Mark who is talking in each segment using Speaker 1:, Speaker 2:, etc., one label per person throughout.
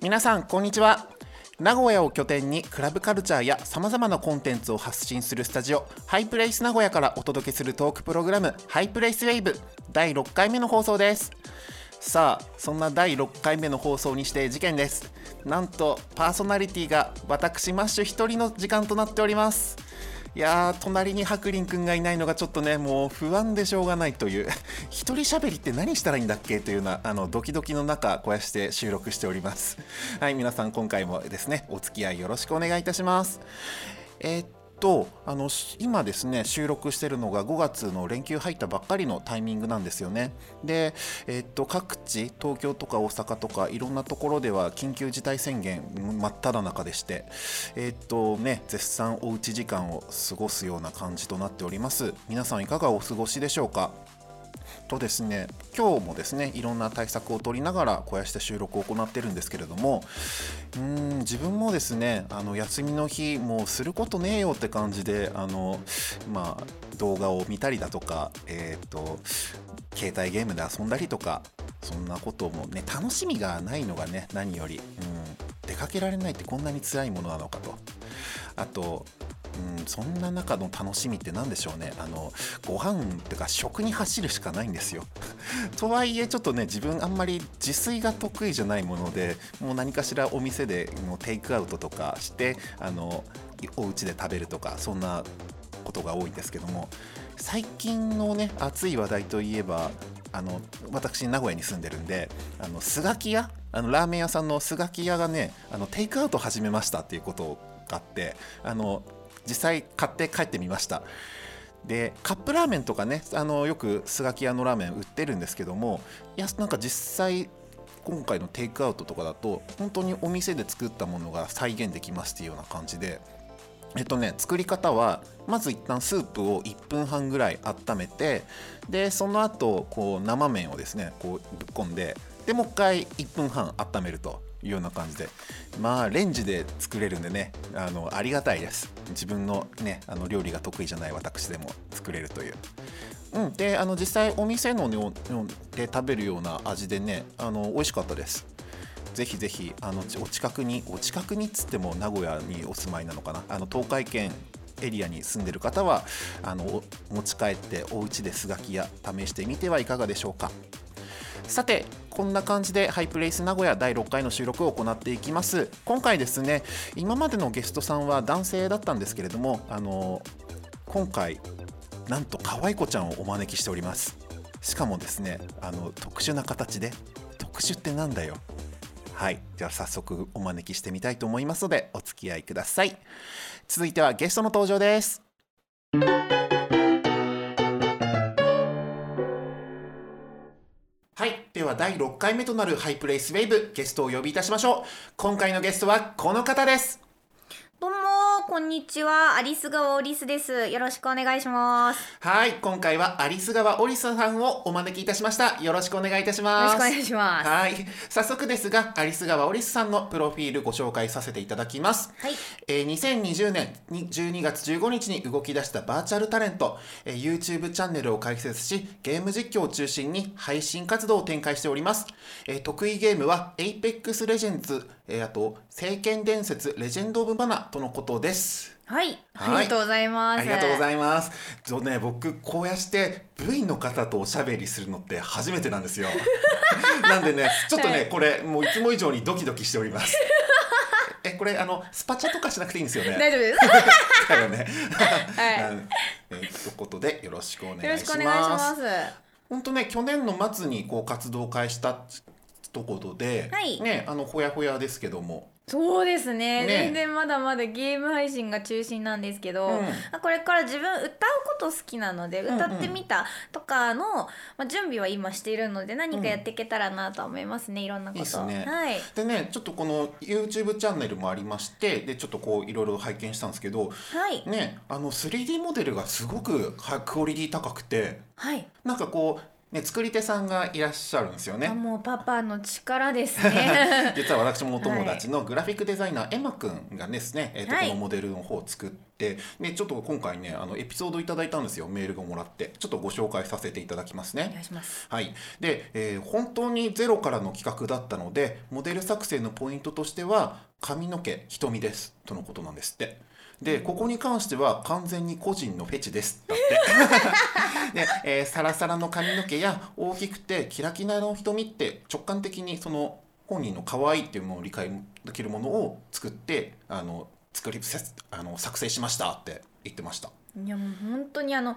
Speaker 1: 皆さんこんにちは名古屋を拠点にクラブカルチャーやさまざまなコンテンツを発信するスタジオハイプレイス名古屋からお届けするトークプログラムハイプレイスウェイブ第6回目の放送ですさあそんな第6回目の放送にして事件ですなんとパーソナリティが私マッシュ一人の時間となっておりますいやー隣に白林くんがいないのがちょっとねもう不安でしょうがないという 一人喋りって何したらいいんだっけというようなあのドキドキの中こうやして収録しておりますはい皆さん今回もですねお付き合いよろしくお願いいたしますえーっとあのし今ですね収録してるのが5月の連休入ったばっかりのタイミングなんですよねで、えーっと各地東京とか大阪とかいろんなところでは緊急事態宣言真っ只中でしてえーっとね絶賛おうち時間を過ごすような感じとなっております皆さんいかがお過ごしでしょうかとですね今日もですねいろんな対策を取りながら小屋して収録を行ってるんですけれどもうーん自分もですねあの休みの日もうすることねえよって感じであの、まあ、動画を見たりだとか、えー、と携帯ゲームで遊んだりとかそんなこともね楽しみがないのがね何より、うん、出かけられないってこんなに辛いものなのかと。あとうん、そんな中の楽しみって何でしょうねあのご飯ってか食に走るしかないんですよとはいえちょっとね自分あんまり自炊が得意じゃないものでもう何かしらお店でもうテイクアウトとかしてあのお家で食べるとかそんなことが多いんですけども最近のね熱い話題といえばあの私名古屋に住んでるんであのスガキ屋あのラーメン屋さんのスガキ屋がねあのテイクアウト始めましたっていうことがあってあの実際買って帰ってみましたでカップラーメンとかねあのよくスガキ屋のラーメン売ってるんですけどもいやなんか実際今回のテイクアウトとかだと本当にお店で作ったものが再現できますっていうような感じでえっとね、作り方はまず一旦スープを1分半ぐらい温めてでその後こう生麺をですねこうぶっ込んででもう一回1分半温めるというような感じでまあレンジで作れるんでねあのありがたいです自分のねあの料理が得意じゃない私でも作れるといううん、であの実際お店のので食べるような味でねあの美味しかったですぜひぜひあのお近くにお近くにっつっても名古屋にお住まいなのかなあの東海圏エリアに住んでる方はあの持ち帰ってお家ですがきや試してみてはいかがでしょうかさてこんな感じでハイプレイス名古屋第6回の収録を行っていきます今回ですね今までのゲストさんは男性だったんですけれどもあの今回なんと可愛い子ちゃんをお招きしておりますしかもですねあの特殊な形で特殊ってなんだよはい、では早速お招きしてみたいと思いますのでお付き合いください続いてはゲストの登場ですはいでは第6回目となるハイプレイスウェーブゲストをお呼びいたしましょう今回のゲストはこの方です
Speaker 2: どうもこんにちはアリス川オリスですよろしくお願いします
Speaker 1: はい今回はアリス川オリスさんをお招きいたしましたよろしくお願いいたし
Speaker 2: よろ
Speaker 1: ま
Speaker 2: し
Speaker 1: す
Speaker 2: くお願いしますは
Speaker 1: はい早速ですがアリス川オリスさんのプロフィールご紹介させていただきます、
Speaker 2: い
Speaker 1: えー2020年に12月15日に動き出したバーチャルタレント、えー YouTube チャンネルを開設しゲーム実況を中心に配信活動を展開しております、えー得意ゲームは Apex Legends、えーあと「聖剣伝説レジェンド・オブ・マナ」とのことです
Speaker 2: はい、
Speaker 1: はい
Speaker 2: ありがとうございます
Speaker 1: ありがとうご
Speaker 2: い
Speaker 1: ざいます。そうね、僕こうやして V の方とおしゃべりするのって初めてなんですよ。 なんでね、ちょっとね、
Speaker 2: はい
Speaker 1: これもういつも以上にドキドキしております。え、これあのスパチャとかしなくていいんですよ
Speaker 2: 大
Speaker 1: ね。
Speaker 2: 丈夫です
Speaker 1: だよね。
Speaker 2: はい
Speaker 1: なんえということでよろしくお願いします。
Speaker 2: よろしくお願いします
Speaker 1: 本当ね去年の末にこう活動開したとことで、
Speaker 2: はい
Speaker 1: ねあのほやほやですけども、
Speaker 2: そうですね
Speaker 1: ね
Speaker 2: 全然まだまだゲーム配信が中心なんですけど、
Speaker 1: うん
Speaker 2: これから自分歌うこと好きなので
Speaker 1: んうん
Speaker 2: 歌ってみたとかの、まあ、準備は今しているので何かやっていけたらなとは思いますね、いろんなこと
Speaker 1: いいっすね
Speaker 2: はい
Speaker 1: でねちょっとこの YouTube チャンネルもありましてでちょっとこういろいろ拝見したんですけど
Speaker 2: はい、
Speaker 1: ねあの 3D モデルがすごくはクオリティ高くて
Speaker 2: はい
Speaker 1: なんかこうね、作り手さんがいらっしゃるんですよ
Speaker 2: あ
Speaker 1: ね。
Speaker 2: もうパパの力です ね
Speaker 1: 実は私もお友達のグラフィックデザイナーエマくんがですね、えーと
Speaker 2: はい
Speaker 1: このモデルの方を作って、ね、ちょっと今回ねあのエピソードいただいたんですよメールがもらってちょっとご紹介させていただきますね。
Speaker 2: お願いします
Speaker 1: はい、で、えー本当にゼロからの企画だったのでモデル作成のポイントとしては髪の毛瞳ですとのことなんですってでここに関しては完全に個人のフェチですだって で、えーサラサラの髪の毛や大きくてキラキラの瞳って直感的にその本人の可愛いっていうものを理解できるものを作ってあの作りせあの作成しましたって言ってました
Speaker 2: いやもう本当にあの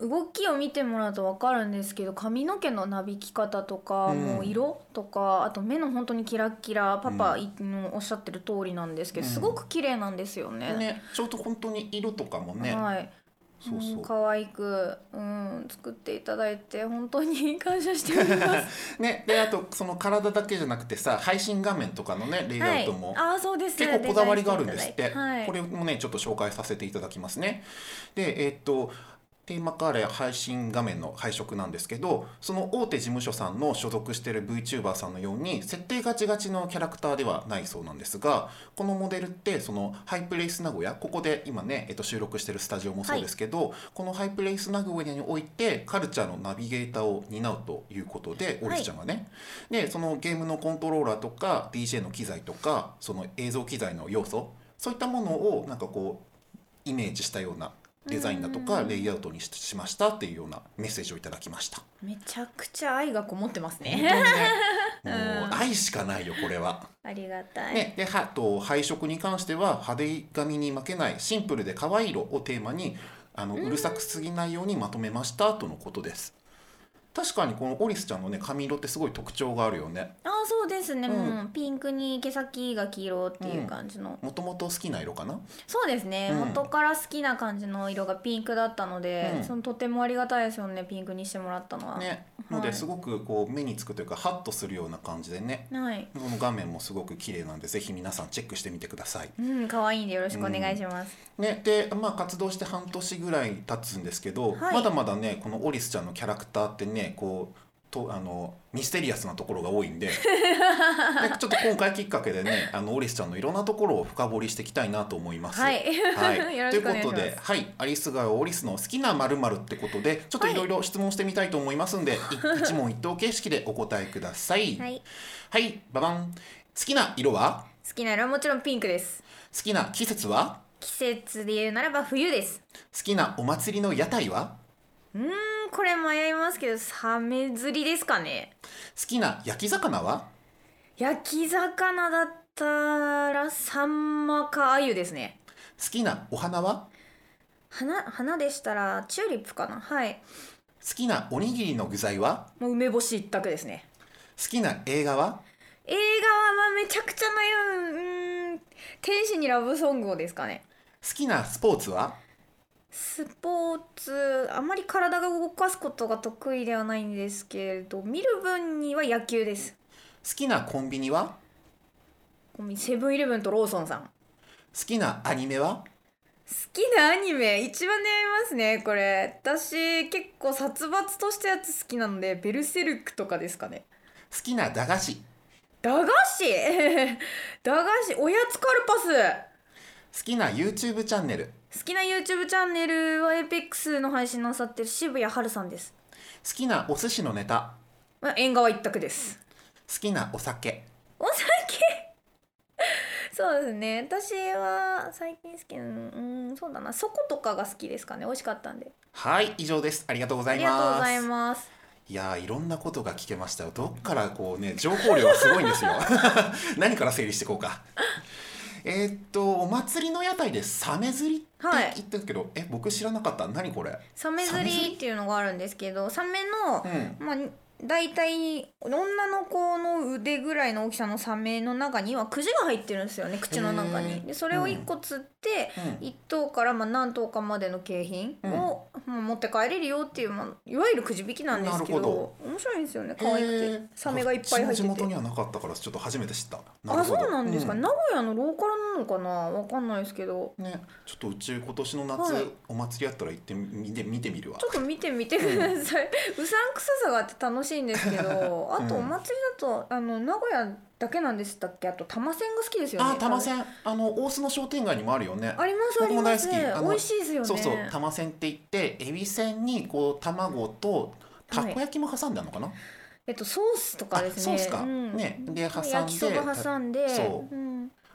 Speaker 2: 動きを見てもらうと分かるんですけど髪の毛のなびき方とか、
Speaker 1: うん
Speaker 2: もう色とかあと目の本当にキラッキラパパ
Speaker 1: う
Speaker 2: のおっしゃってる通りなんですけど、
Speaker 1: うん
Speaker 2: すごく綺麗なんですよね。
Speaker 1: ねちょうど本当に色とかもね、
Speaker 2: はい
Speaker 1: そうそう
Speaker 2: も可愛く、うん、作っていただいて本当に感謝してお ります。
Speaker 1: ね、であとその体だけじゃなくてさ配信画面とかのねレイアウトも、
Speaker 2: ああそうです、
Speaker 1: 結構こだわりがあるんですって
Speaker 2: デザインしていただいてはい、
Speaker 1: これもねちょっと紹介させていただきますね。でえーっとテーマカレー配信画面の配色なんですけどその大手事務所さんの所属してる VTuber さんのように設定ガチガチのキャラクターではないそうなんですがこのモデルってそのハイプレイス名古屋ここで今ね、えっと、収録してるスタジオもそうですけど、このハイプレイス名古屋においてカルチャーのナビゲーターを担うということでオリスちゃんがね、でそのゲームのコントローラーとか DJ の機材とかその映像機材の要素そういったものをなんかこうイメージしたようなデザインだとか
Speaker 2: うん
Speaker 1: レイアウトにししましたっていうようなメッセージをいただきました。
Speaker 2: めちゃくちゃ愛がこもってます
Speaker 1: 本当にね
Speaker 2: ね。
Speaker 1: も
Speaker 2: う
Speaker 1: うん愛しかないよこれは。
Speaker 2: ありがたい。
Speaker 1: ね、ではと配色に関しては派手髪に負けないシンプルで可愛い色をテーマにあのうるさくすぎないようにまとめましたとのことです。確かにこのオリスちゃんのね髪色ってすごい特徴があるよね。
Speaker 2: ああそうですね、
Speaker 1: うん
Speaker 2: もうピンクに毛先が黄色っていう感じの、
Speaker 1: もともと好きな色かな。
Speaker 2: そうですね、
Speaker 1: うん
Speaker 2: 元から好きな感じの色がピンクだったので、
Speaker 1: うん
Speaker 2: そのとてもありがたいですよねピンクにしてもらったのは、
Speaker 1: ね、
Speaker 2: は
Speaker 1: の
Speaker 2: い
Speaker 1: ですごくこう目につくというかハッとするような感じでね。
Speaker 2: はい
Speaker 1: この画面もすごく綺麗なんでぜひ皆さんチェックしてみてください。
Speaker 2: うん可愛いんでよろしくお願いします、
Speaker 1: ね、で、まあ、活動して半年ぐらい経つんですけど、
Speaker 2: はい
Speaker 1: まだまだねこのオリスちゃんのキャラクターってねこうとあのミステリアスなところが多いんで でちょっと今回きっかけでねあのオリスちゃんのいろんなところを深掘りしていきたいなと思います。
Speaker 2: はい
Speaker 1: はい、
Speaker 2: よろ
Speaker 1: という
Speaker 2: しくお
Speaker 1: こ
Speaker 2: 願
Speaker 1: と
Speaker 2: いします
Speaker 1: で、はい、アリスがオリスの好きなまるってことでちょっといろいろ質問してみたいと思いますん で、い一問一答形式でお答えください。
Speaker 2: はい、
Speaker 1: はい、ババン好きな色は
Speaker 2: 好きな色はもちろんピンクです
Speaker 1: 好きな季節は
Speaker 2: 季節で言うならば冬です
Speaker 1: 好きなお祭りの屋台は
Speaker 2: うーんこれ迷いますけどサメ釣りですかね
Speaker 1: 好きな焼き魚は
Speaker 2: 焼き魚だったらサンマかアユですね
Speaker 1: 好きなお花は
Speaker 2: 花花でしたらチューリップかなはい
Speaker 1: 好きなおにぎりの具材は
Speaker 2: もう梅干し一択ですね
Speaker 1: 好きな映画は
Speaker 2: 映画はまあめちゃくちゃ悩むうーん天使にラブソングをですかね
Speaker 1: 好きなスポーツは
Speaker 2: スポーツあまり体が動かすことが得意ではないんですけれど見る分には野球です
Speaker 1: 好きなコンビニは
Speaker 2: セブンイレブンとローソンさん好
Speaker 1: 好きなアニメは
Speaker 2: きなアニメ一番悩みますねこれ私結構殺伐としたやつ好きなのでベルセルクとかですかね
Speaker 1: 好きな駄菓子好
Speaker 2: 駄菓子 駄菓子おやつカルパス
Speaker 1: きな YouTube チャンネル
Speaker 2: 好きな YouTube チャンネルはエペックスの配信なさってる渋谷春さんです。
Speaker 1: 好きなお寿司のネタ
Speaker 2: まあ、縁側一択です。
Speaker 1: 好きなお酒
Speaker 2: お酒 そうですね。私は最近好きなの、うん、そうだな。そことかが好きですかね。美味しかったんで。
Speaker 1: はい以上ですありがとうござ
Speaker 2: あ
Speaker 1: い
Speaker 2: りがとう
Speaker 1: ま
Speaker 2: ご
Speaker 1: す
Speaker 2: ざ
Speaker 1: い
Speaker 2: います。
Speaker 1: やーいろんなことが聞けましたよどっからこうね情報量がすごいんですよ 何から整理していこうかえーっとお祭りの屋台でサメ釣りって
Speaker 2: はい
Speaker 1: 言ってるけど、え僕知らなかった何これ
Speaker 2: サメ釣りっていうのがあるんですけど、サメの、
Speaker 1: うん
Speaker 2: まあ、大体女の子の腕ぐらいの大きさのサメの中にはくじが入ってるんですよね口の中
Speaker 1: へ
Speaker 2: に
Speaker 1: ー
Speaker 2: でそれを1個釣って
Speaker 1: うん
Speaker 2: 1頭からまあ何頭かまでの景品を、まあ持って帰れるよっていう、まあ、いわゆるくじ引きなんですけど
Speaker 1: なるほ
Speaker 2: 面白いんですよね可愛くてサメがいっぱい入って
Speaker 1: 地元に
Speaker 2: て
Speaker 1: はなかったからちょっと初めて知った
Speaker 2: あそうなんですか、
Speaker 1: ね
Speaker 2: 名古屋のローカルなのかなわかんないですけど
Speaker 1: ねちょっとうち今年の夏、
Speaker 2: はい
Speaker 1: お祭りあったら行ってみ見て見てみるわ
Speaker 2: ちょっと見てみてください、うさんくささがあって楽しいんですけ どあとお祭りだとあの名古屋だけなんでしたっけあと多摩線が好きですよね
Speaker 1: あ多摩線あの大須の商店街にもあるよね
Speaker 2: あります
Speaker 1: 僕
Speaker 2: あり
Speaker 1: も
Speaker 2: ま
Speaker 1: 大
Speaker 2: す
Speaker 1: 好きあの
Speaker 2: 美味しいですよね
Speaker 1: そうそう多摩線って言ってエビ線にこう卵とたこ焼きも挟んであるのかな、
Speaker 2: えっとソースとかですね
Speaker 1: あソースか
Speaker 2: うん
Speaker 1: ねで挟んで
Speaker 2: 焼きそば挟んで
Speaker 1: そうん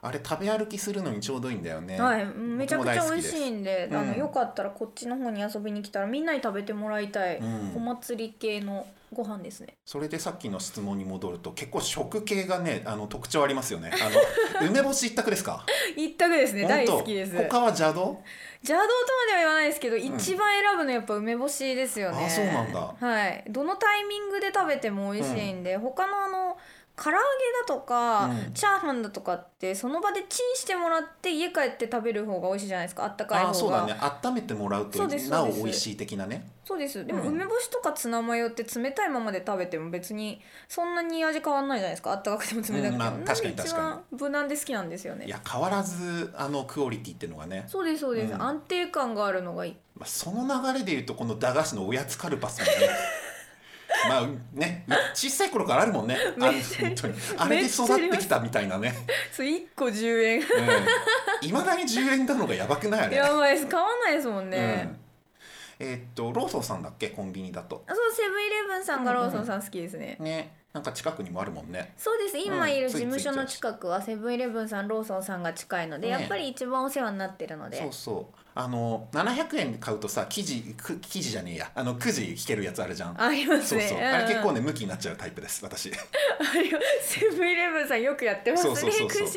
Speaker 1: あれ食べ歩きするのにちょうどいいんだよね、
Speaker 2: はい、めちゃくちゃ美味しいんで、
Speaker 1: 僕も大好きです
Speaker 2: あの
Speaker 1: うん
Speaker 2: よかったらこっちの方に遊びに来たらみんなに食べてもらいたい、
Speaker 1: うん
Speaker 2: お祭り系のご飯ですね。
Speaker 1: それでさっきの質問に戻ると結構食系がねあの特徴ありますよねあ の梅干し一択ですか
Speaker 2: 一択ですね、大好きです。
Speaker 1: 本当他は邪道
Speaker 2: 邪道とまでは言わないですけど、一番選ぶのやっぱ梅干しですよね。
Speaker 1: あそうなんだ
Speaker 2: はい、どのタイミングで食べても美味しいんで、他のあの。唐揚げだとか、
Speaker 1: うん
Speaker 2: チャーハンだとかってその場でチンしてもらって家帰って食べる方が美味しいじゃないですかあったかい方が
Speaker 1: あそうだね温めてもらう
Speaker 2: そ
Speaker 1: と
Speaker 2: うです
Speaker 1: な
Speaker 2: そう
Speaker 1: お
Speaker 2: です
Speaker 1: 美味しい的なね
Speaker 2: そうですでも
Speaker 1: うん
Speaker 2: 梅干しとかツナマヨって冷たいままで食べても別にそんなに味変わんないじゃないですかあったかくても冷たくても、
Speaker 1: うんまあ
Speaker 2: なんで
Speaker 1: 確かに
Speaker 2: 一番無難で好きなんですよ
Speaker 1: い
Speaker 2: ね
Speaker 1: や変わらずあのクオリティっていうのがね、
Speaker 2: そうですそうです、
Speaker 1: うん
Speaker 2: 安定感があるのがいい
Speaker 1: まあ、その流れでいうとこの駄菓子のおやつカルパスも ねまあね小さい頃からあるもんねあ
Speaker 2: めっちゃ
Speaker 1: 本当にあれで育ってきたみたいなね
Speaker 2: それ1個10円
Speaker 1: いま、うん、未だに10円なのがやばくないあれ
Speaker 2: やばいです買わないですもん
Speaker 1: う
Speaker 2: ね
Speaker 1: ん、、えーっとローソンさんだっけコンビニだと
Speaker 2: あそうセブンイレブンさんがローソンさん好きですね、
Speaker 1: ねなんか近くにもあるもんね
Speaker 2: そうです今いる事務所
Speaker 1: う
Speaker 2: の
Speaker 1: んついつい
Speaker 2: 近くはセブンイレブンさんローソンさんが近いので、
Speaker 1: ね
Speaker 2: やっぱり一番お世話になってるので
Speaker 1: そうそうあの700円で買うとさ生地く生地じゃねえやあのくじ引けるやつあるじゃん
Speaker 2: あります
Speaker 1: そう
Speaker 2: ね
Speaker 1: そう、
Speaker 2: んん
Speaker 1: あれ結構ね向きになっちゃうタイプです私い
Speaker 2: あれはセブンイレブンさんよくやってますね
Speaker 1: そうそうそうそう
Speaker 2: く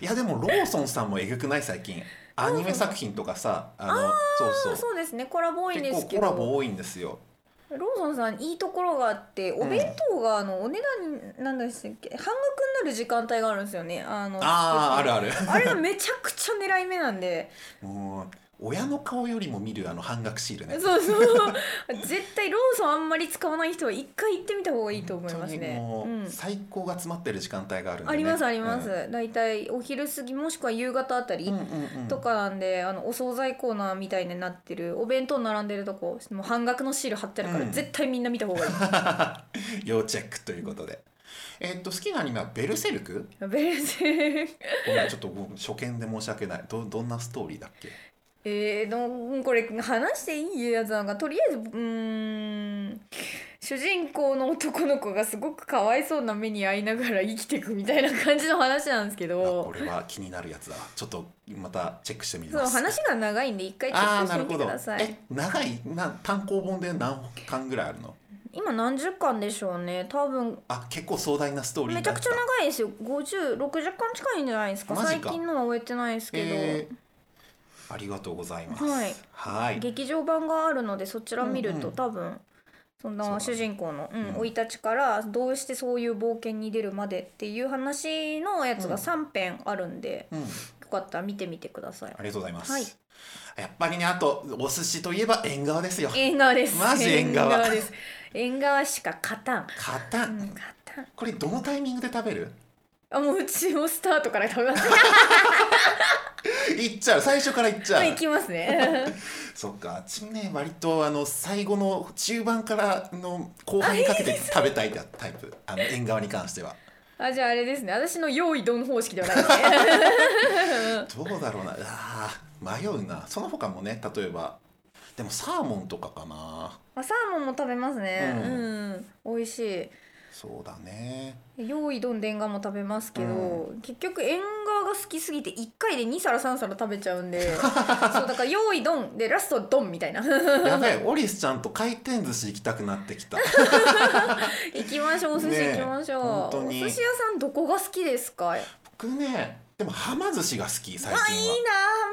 Speaker 2: じ
Speaker 1: やでもローソンさんもえぐくない 最近アニメ作品とかさあのそうそう
Speaker 2: そうですねコラボ多いんで
Speaker 1: 結構
Speaker 2: すけ
Speaker 1: コ
Speaker 2: ど
Speaker 1: ラボ多いんですよ
Speaker 2: ローソンさんいいところがあってお弁当があのお値段なんでしたっけ半額になる時間帯があるんですよねあの
Speaker 1: あーあるある
Speaker 2: あれがめちゃくちゃ狙い目な んで
Speaker 1: もう親の顔よりも見るあの半額シールね
Speaker 2: そうそう絶対ローソンあんまり使わない人は一回行ってみた方がいいと思いますね
Speaker 1: 本当
Speaker 2: う
Speaker 1: にもうん最高が詰まってる時間帯があるんで、ね、
Speaker 2: ありますあります、
Speaker 1: うん
Speaker 2: だいたいお昼過ぎもしくは夕方あたり、
Speaker 1: うんうんうん
Speaker 2: とかなんであのお惣菜コーナーみたいになってるお弁当並んでるとこもう半額のシール貼ってあるから、
Speaker 1: うん
Speaker 2: 絶対みんな見た方がいい
Speaker 1: 要チェックということで。えーっと好きなアニメは「ベルセルク
Speaker 2: ベルセル」
Speaker 1: ごめんちょっとご初見で申し訳ないどどんなストーリーだっけ
Speaker 2: えー、のこれ話していいやつなんかとりあえずうーん主人公の男の子がすごくかわいそうな目に遭いながら生きていくみたいな感じの話なんですけ
Speaker 1: あこ
Speaker 2: ど
Speaker 1: れは気になるやつだわちょっとまたチェックしてみ
Speaker 2: そう
Speaker 1: ます
Speaker 2: 話が長いんで一回チェッ
Speaker 1: ああ
Speaker 2: クし
Speaker 1: な
Speaker 2: て
Speaker 1: る
Speaker 2: みて
Speaker 1: ほ
Speaker 2: く
Speaker 1: ど
Speaker 2: ださい
Speaker 1: え長いな単行本で何巻ぐらいあるの
Speaker 2: 今何十巻でしょうね多分
Speaker 1: あ結構壮大なストーリー
Speaker 2: めちゃくちゃ長いですよ5060巻近いんじゃないですか
Speaker 1: マジ
Speaker 2: 最
Speaker 1: か
Speaker 2: 近のは終えてないですけど、
Speaker 1: えーありがとうございます
Speaker 2: はい
Speaker 1: はい
Speaker 2: 劇場版があるのでそちら見ると、
Speaker 1: うんうん
Speaker 2: 多分そ
Speaker 1: そう
Speaker 2: ん
Speaker 1: だ
Speaker 2: な
Speaker 1: ね
Speaker 2: 主人公のうん
Speaker 1: うん
Speaker 2: 生い立ちからどうしてそういう冒険に出るまでっていう話のやつ
Speaker 1: うん
Speaker 2: が3編あるんで、
Speaker 1: うん、
Speaker 2: よかったら見てみてください
Speaker 1: あ。りがとうございます、
Speaker 2: はい
Speaker 1: やっぱりねあとお寿司といえば縁側ですよ
Speaker 2: 縁側です。
Speaker 1: マジ縁側
Speaker 2: 縁側です。縁側しか勝たん。
Speaker 1: 勝た
Speaker 2: うんん、勝たん。
Speaker 1: これどのタイミングで食べる
Speaker 2: あもううちもスタートから食べます。
Speaker 1: いっちゃう最初からいっちゃう
Speaker 2: 行きま すね。
Speaker 1: そっか、あっちね、割とあの最後の中盤からの後半にかけて食べたいタイプ、あの縁側に関しては。
Speaker 2: あじゃああれですね。私の用意どん方式ではな いですね。
Speaker 1: どうだろうな、あー迷うな。その他もね、例えば、でもサーモンとかかな。
Speaker 2: まあサーモンも食べますね。
Speaker 1: う
Speaker 2: うん、美味しい。
Speaker 1: そうだね。
Speaker 2: 用意どんでんがも食べますけど、結局縁側が好きすぎて1回で2皿3皿食べちゃうんで そうだから用意どんでラストどんみたいな 行
Speaker 1: やべえ、オリスちゃんと回転寿司行きたくなってきた。
Speaker 2: きましょうお寿
Speaker 1: ね
Speaker 2: 司
Speaker 1: え
Speaker 2: 行きましょう、
Speaker 1: 本当
Speaker 2: お
Speaker 1: に
Speaker 2: 寿司屋さんどこが好きですかあいい
Speaker 1: 僕ね、でもはま寿司が好き、最
Speaker 2: な
Speaker 1: 近は。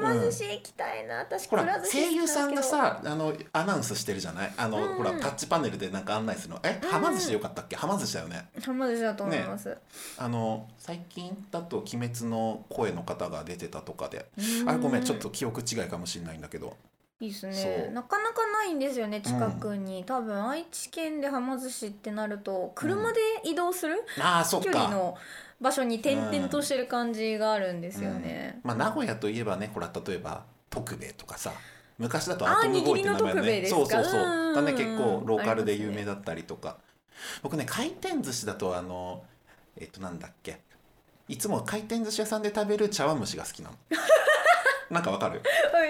Speaker 2: あはま寿司行きたいな、私
Speaker 1: ほ
Speaker 2: く
Speaker 1: ら
Speaker 2: ら寿司好
Speaker 1: 声
Speaker 2: き
Speaker 1: 優
Speaker 2: なんですけど
Speaker 1: さんがさあのアナウンスしてるじゃないあの、
Speaker 2: うんうん
Speaker 1: ほらタッチパネルでなんか案内するのえはま寿司でよかったっけはま寿司だよね
Speaker 2: はま寿司だと思います、
Speaker 1: あの最近だと「鬼滅の声」の方が出てたとかで
Speaker 2: うん
Speaker 1: あれごめんちょっと記憶違いかもしれないんだけど
Speaker 2: いいです
Speaker 3: そ
Speaker 2: ね
Speaker 3: う
Speaker 2: なかなかないんですよね近くに、多分愛知県で浜寿司ってなると車で移動する、
Speaker 1: ああそっ
Speaker 2: 距離
Speaker 1: か、
Speaker 2: の場所に点々としてる感じがあるんですよね、
Speaker 1: まあ、名古屋といえばねほら例えば徳兵衛とかさ昔だと
Speaker 2: あー
Speaker 1: アトムボーイって名前
Speaker 2: 握りの徳兵
Speaker 1: ね
Speaker 2: 衛ですか
Speaker 1: そうそうそう
Speaker 2: うんうんうん
Speaker 1: だね結構ローカルで有名だったりとか、僕ね回転寿司だとあのえっとなんだっけいつも回転寿司屋さんで食べる茶碗蒸しが好き なのなんかわかる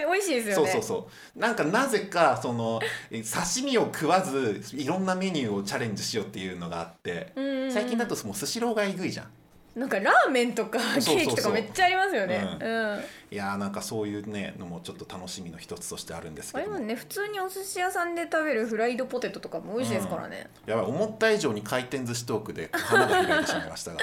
Speaker 2: おい美味しいですよ
Speaker 1: そう
Speaker 2: ね
Speaker 1: そうそうなんかなぜかそのえ刺身を食わずいろんなメニューをチャレンジしようっていうのがあって
Speaker 2: うんうんうん
Speaker 1: 最近だともうスシローがえぐいじゃん
Speaker 2: なんかラーメンとか
Speaker 1: そうそうそう
Speaker 2: ケーキとかめっちゃありますよね
Speaker 1: う
Speaker 2: うん
Speaker 1: いやーなんかそういうねのもちょっと楽しみの一つとしてあるんです
Speaker 2: あ
Speaker 1: け
Speaker 2: れ
Speaker 1: ど
Speaker 2: も
Speaker 1: も
Speaker 2: ね普通にお寿司屋さんで食べるフライドポテトとかも美味しいですからね、
Speaker 1: やばい思った以上に回転寿司トークで花が開いてしまいました が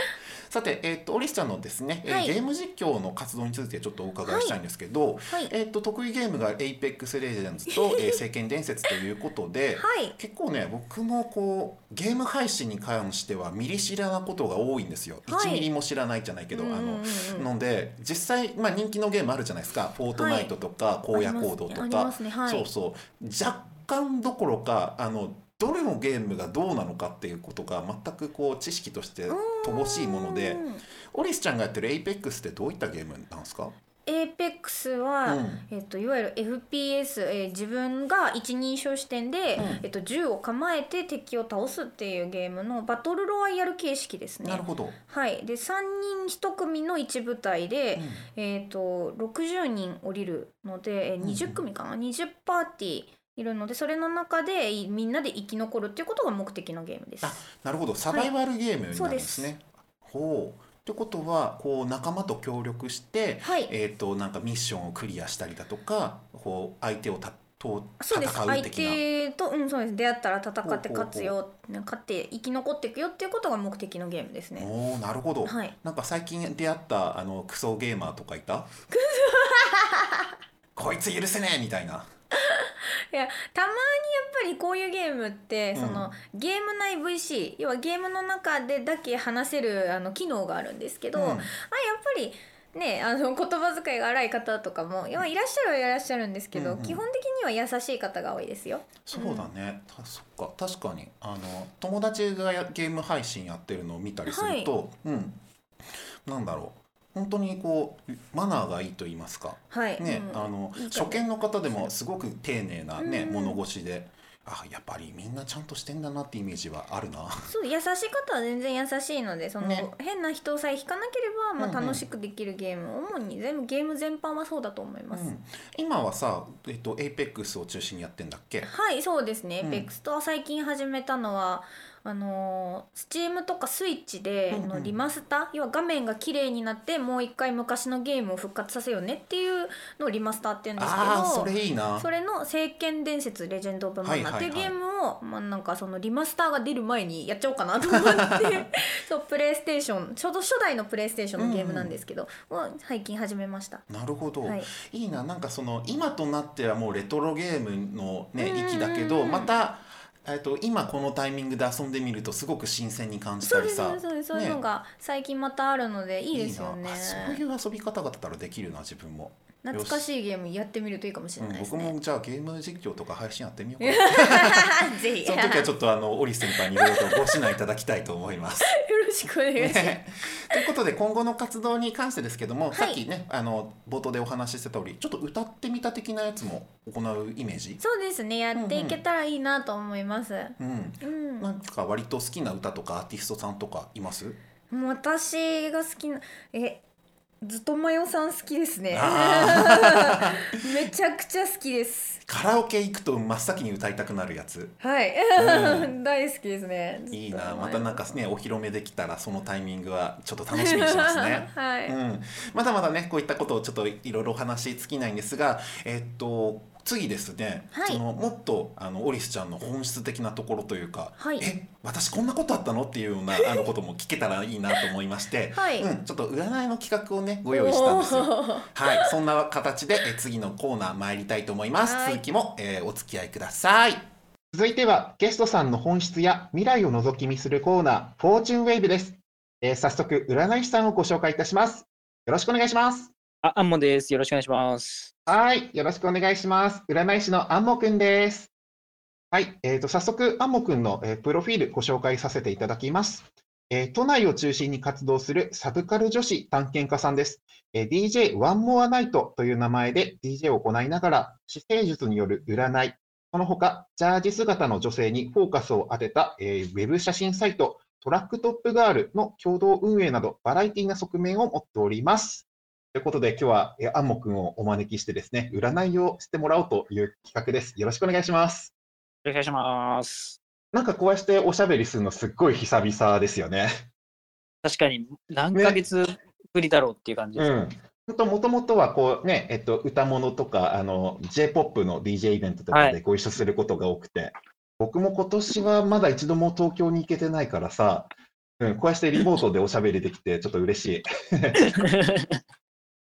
Speaker 1: さて、えー、とオリスちゃんのですね、えー
Speaker 2: はい
Speaker 1: ゲーム実況の活動についてちょっとお伺いしたいんですけど、
Speaker 2: はい
Speaker 1: えー、と得意ゲームが「APEX レジェンズ」 と「えー、聖剣伝説」ということで、
Speaker 2: はい
Speaker 1: 結構ね僕もこうゲーム配信に関してはミリ知らなことが多いんですよ、
Speaker 2: は
Speaker 1: 1
Speaker 2: い
Speaker 1: ミリも知らないじゃないけど、あ
Speaker 2: うんうん
Speaker 1: の
Speaker 2: うんうん
Speaker 1: ので実際、まあ、人気のゲームあるじゃないですか「フォートナイト」とか「荒野行動」と
Speaker 2: あり
Speaker 1: か
Speaker 2: ま、すねありますねはい
Speaker 1: そうそう若干どころかあのどれのゲームがどうなのかっていうことが全くこう知識として乏しいもので
Speaker 2: うん
Speaker 1: オリスちゃんがやってる「APEX」ってどういったゲームなんですか
Speaker 2: APEX は、
Speaker 1: うん
Speaker 2: えっと、いわゆる FPS、えー自分が一人称視点で、
Speaker 1: うん
Speaker 2: えっと、銃を構えて敵を倒すっていうゲームのバトルロワイヤル形式ですね
Speaker 1: なる。ほど、
Speaker 2: はい、で3人1組の1部隊で、えー、と60人降りるので、えー
Speaker 1: うん
Speaker 2: 20組かな、20パーティーいるのでそれの中でいみんなで生き残るっていうことが目的のゲームです
Speaker 1: あ。なるほどサバイバルゲームにな
Speaker 2: そう
Speaker 1: るん
Speaker 2: で
Speaker 1: ですすね。ほうってことはこう仲間と協力して、
Speaker 2: はい
Speaker 1: えー、となんかミッションをクリアしたりだとかこう相手をたと
Speaker 2: そうです
Speaker 1: 戦う
Speaker 2: 相
Speaker 1: 的な。
Speaker 2: 手と、うん、そうです出会ったら戦って
Speaker 1: ほうほうほう
Speaker 2: 勝つよ勝って生き残っていくよっていうことが目的のゲームですね。
Speaker 1: おーなるほど、
Speaker 2: はい
Speaker 1: なんか最近出会ったあのクソゲーマーとかい たこいつ許せねえみたいな。
Speaker 2: いやたまにやっぱりこういうゲームって
Speaker 1: うん
Speaker 2: その、ゲーム内 VC 要はゲームの中でだけ話せるあの機能があるんですけど、
Speaker 1: うん
Speaker 2: あやっぱり。ね、あの言葉遣いが荒い方とかもいやいらっしゃるはいらっしゃるんですけど、
Speaker 1: うんうん
Speaker 2: 基本的には優しい方が多いですよ。
Speaker 1: そうだね、たそっか確かにあの友達がやゲーム配信やってるのを見たりすると、うんなんだろう本当にこうマナーがいいと言いますか、
Speaker 2: はい、
Speaker 1: ね
Speaker 2: うん
Speaker 1: あの
Speaker 2: いいか
Speaker 1: 初
Speaker 2: も
Speaker 1: 見の方でもすごく丁寧な、ね
Speaker 2: うん
Speaker 1: 物腰であやっぱりみんなちゃんとしてんだなってイメージはあるな。
Speaker 2: そう優しい方は全然優しいのでその、
Speaker 1: ね
Speaker 2: 変な人さえ引かなければ、
Speaker 1: うん
Speaker 2: ま
Speaker 1: う
Speaker 2: あ、
Speaker 1: ん
Speaker 2: 楽しくできるゲーム、主に全部ゲーム全般はそうだと思います、
Speaker 1: うん、今はさ、えっと、APEX を中心にやってんだっけ
Speaker 2: はいそうですね、
Speaker 1: うん
Speaker 2: APEX と最近始めたのはあのー Steam とか Switch で
Speaker 1: うんう
Speaker 2: の
Speaker 1: ん
Speaker 2: リマスター、要は画面が綺麗になってもう一回昔のゲームを復活させようねっていうのをリマスターって言うんですけど
Speaker 1: ああそれいいな
Speaker 2: それの「聖剣伝説レジェンド・オブ・マナー」っていう
Speaker 1: はいは
Speaker 2: ゲ
Speaker 1: いは
Speaker 2: ー
Speaker 1: い
Speaker 2: ムを、まあ、なんかそのリマスターが出る前にやっちゃおうかなと思って そうプレイステーションちょうど初代のプレイステーションのゲームなんですけど、を最近始めました。
Speaker 1: なるほど、
Speaker 2: はい
Speaker 1: い、いななんかその今となってはもうレトロゲームのね
Speaker 2: うんうんうん
Speaker 1: 域だけどまた、えっと、今このタイミングで遊んでみるとすごく新鮮に感じ
Speaker 2: そ
Speaker 1: た
Speaker 2: うで
Speaker 1: り
Speaker 2: す
Speaker 1: さ
Speaker 2: そうですそうですそういうの
Speaker 1: ね
Speaker 2: が最近またあるのでいいですよ
Speaker 1: いい
Speaker 2: ね
Speaker 1: なあそういう遊び方があったらできるな自分も。
Speaker 2: 懐か
Speaker 1: い
Speaker 2: しいゲームやってみるといいかもしれないです
Speaker 1: うん、
Speaker 2: ね、
Speaker 1: 僕もじゃあゲーム実況とか配信やってみようかな
Speaker 2: ぜひ
Speaker 1: その時はちょっとあのオリス先輩にいろいろとご指南いただきたいと思います
Speaker 2: よろしくお願いします、
Speaker 1: ね ということで今後の活動に関してですけども、
Speaker 2: い
Speaker 1: さっきねあの冒頭でお話ししてた通りちょっと歌ってみた的なやつも行うイメージ、
Speaker 2: そうですねやっていけたらいいなと思います、
Speaker 1: うん、
Speaker 2: うん
Speaker 1: なんか割と好きな歌とかアーティストさんとかいます
Speaker 2: もう私が好きなえずっとまよさん好きですね めちゃくちゃ好きです
Speaker 1: カラオケ行くと真っ先に歌いたくなるやつ
Speaker 2: はい、
Speaker 1: う
Speaker 2: 大好きですね、
Speaker 1: いいなまたなんかねお披露目できたらそのタイミングはちょっと楽しみにしますね
Speaker 2: はい
Speaker 1: うん、まだまだねこういったことをちょっといろいろお話尽きないんですがえっと次ですね、
Speaker 2: はい
Speaker 1: そのもっとあのオリスちゃんの本質的なところというか、
Speaker 2: はい
Speaker 1: え私こんなことあったのっていうようなあのことも聞けたらいいなと思いまして、
Speaker 2: はい
Speaker 1: うん、ちょっと占いの企画をねご用意したんですよ。
Speaker 2: おー
Speaker 1: はい、そんな形でえ次のコーナー参りたいと思います。
Speaker 2: はい
Speaker 1: 続きも、えーお付き合いください。続いてはゲストさんの本質や未来を覗き見するコーナー、フォーチュンウェイブです。えー早速、占い師さんをご紹介いたします。よろしくお願いします。
Speaker 4: あ、アンモです。よろしくお願いします。
Speaker 1: はい、よろしくお願いします。占い師のアンモくんです。はい、えー、と早速、アンモくんの、えープロフィールご紹介させていただきます、えー都内を中心に活動するサブカル女子探検家さんです。えー DJ ワンモアナイトという名前で DJ を行いながら、姿勢術による占い、その他、ジャージ姿の女性にフォーカスを当てた、えーウェブ写真サイト、トラックトップガールの共同運営など、バラエティな側面を持っております。ということで、今日はえーアンモくんをお招きしてですね、占いをしてもらおうという企画です。よろしくお願いします。
Speaker 3: お願いします。
Speaker 1: なんかこうしておしゃべりするのすっごい久々ですよね。
Speaker 3: 確かに何
Speaker 1: ね
Speaker 3: ヶ月ぶりだろうっていう感じ
Speaker 1: う
Speaker 3: です。
Speaker 1: ん。本当もともとはこうね、えっと、歌物とか、あの、J-POP の DJ イベントとか
Speaker 3: は
Speaker 1: でご一緒することが多くて、僕も今年はまだ一度も東京に行けてないからさ、うん、こうやってリモートでおしゃべりできてちょっと嬉しい。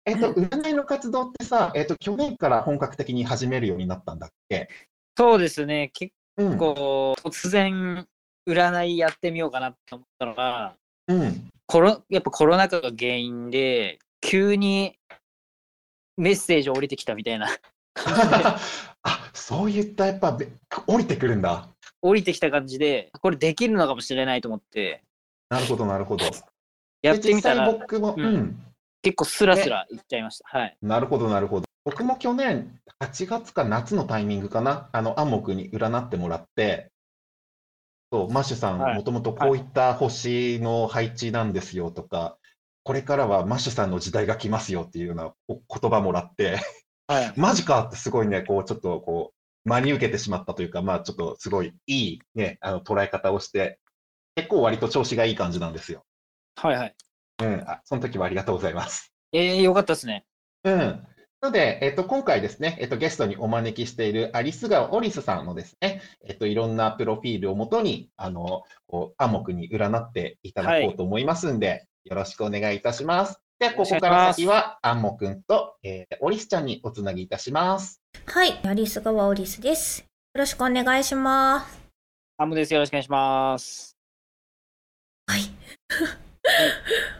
Speaker 1: えっと、占いの活動ってさ、えっと、去年から本格的に始めるようになったんだっけ
Speaker 3: そうですね、結
Speaker 1: うん。
Speaker 3: 構突然占いやってみようかなと思ったのが、
Speaker 1: うん。
Speaker 3: コロやっぱコロナ禍が原因で、急にメッセージ降りてきたみたいな、
Speaker 1: あそういったやっぱべ降りてくるんだ。
Speaker 3: 降りてきた感じで、これできるのかもしれないと思って、
Speaker 1: なるほどなるほど。
Speaker 3: やってみた
Speaker 1: で
Speaker 3: ら
Speaker 1: 実際僕も、う
Speaker 3: うんん結構スラスラいっちゃいました。はい。
Speaker 1: なるほどなるほど。僕も去年8月か夏のタイミングかなあの安木に占ってもらって。そうマッシュさん、
Speaker 3: はい
Speaker 1: もともとこういった星の配置なんですよとか、これからはマッシュさんの時代が来ますよっていうようなお言葉もらって、
Speaker 3: はい、
Speaker 1: マジかってすごいね、こうちょっとこう、真に受けてしまったというか、まあちょっとすごいいいね、あの捉え方をして、結構割と調子がいい感じなんですよ。
Speaker 3: はい、はい。
Speaker 1: うん、あその時はありがとうございます。
Speaker 3: えー、よかったですね。
Speaker 1: うん。なので、えっと、今回ですね、えっと、ゲストにお招きしているアリス川オリスさんのですね、えっと、いろんなプロフィールをもとに、あの、こう、暗黙に占っていただこうと思いますんで、よろしくお願いいたします。で、ここから先は、暗黙くんと、えー、オリスちゃんにおつなぎいたします。
Speaker 4: はい、アリス川オリスです。よろしくお願いします。
Speaker 3: ハムです。よろしくお願いします。
Speaker 4: はい。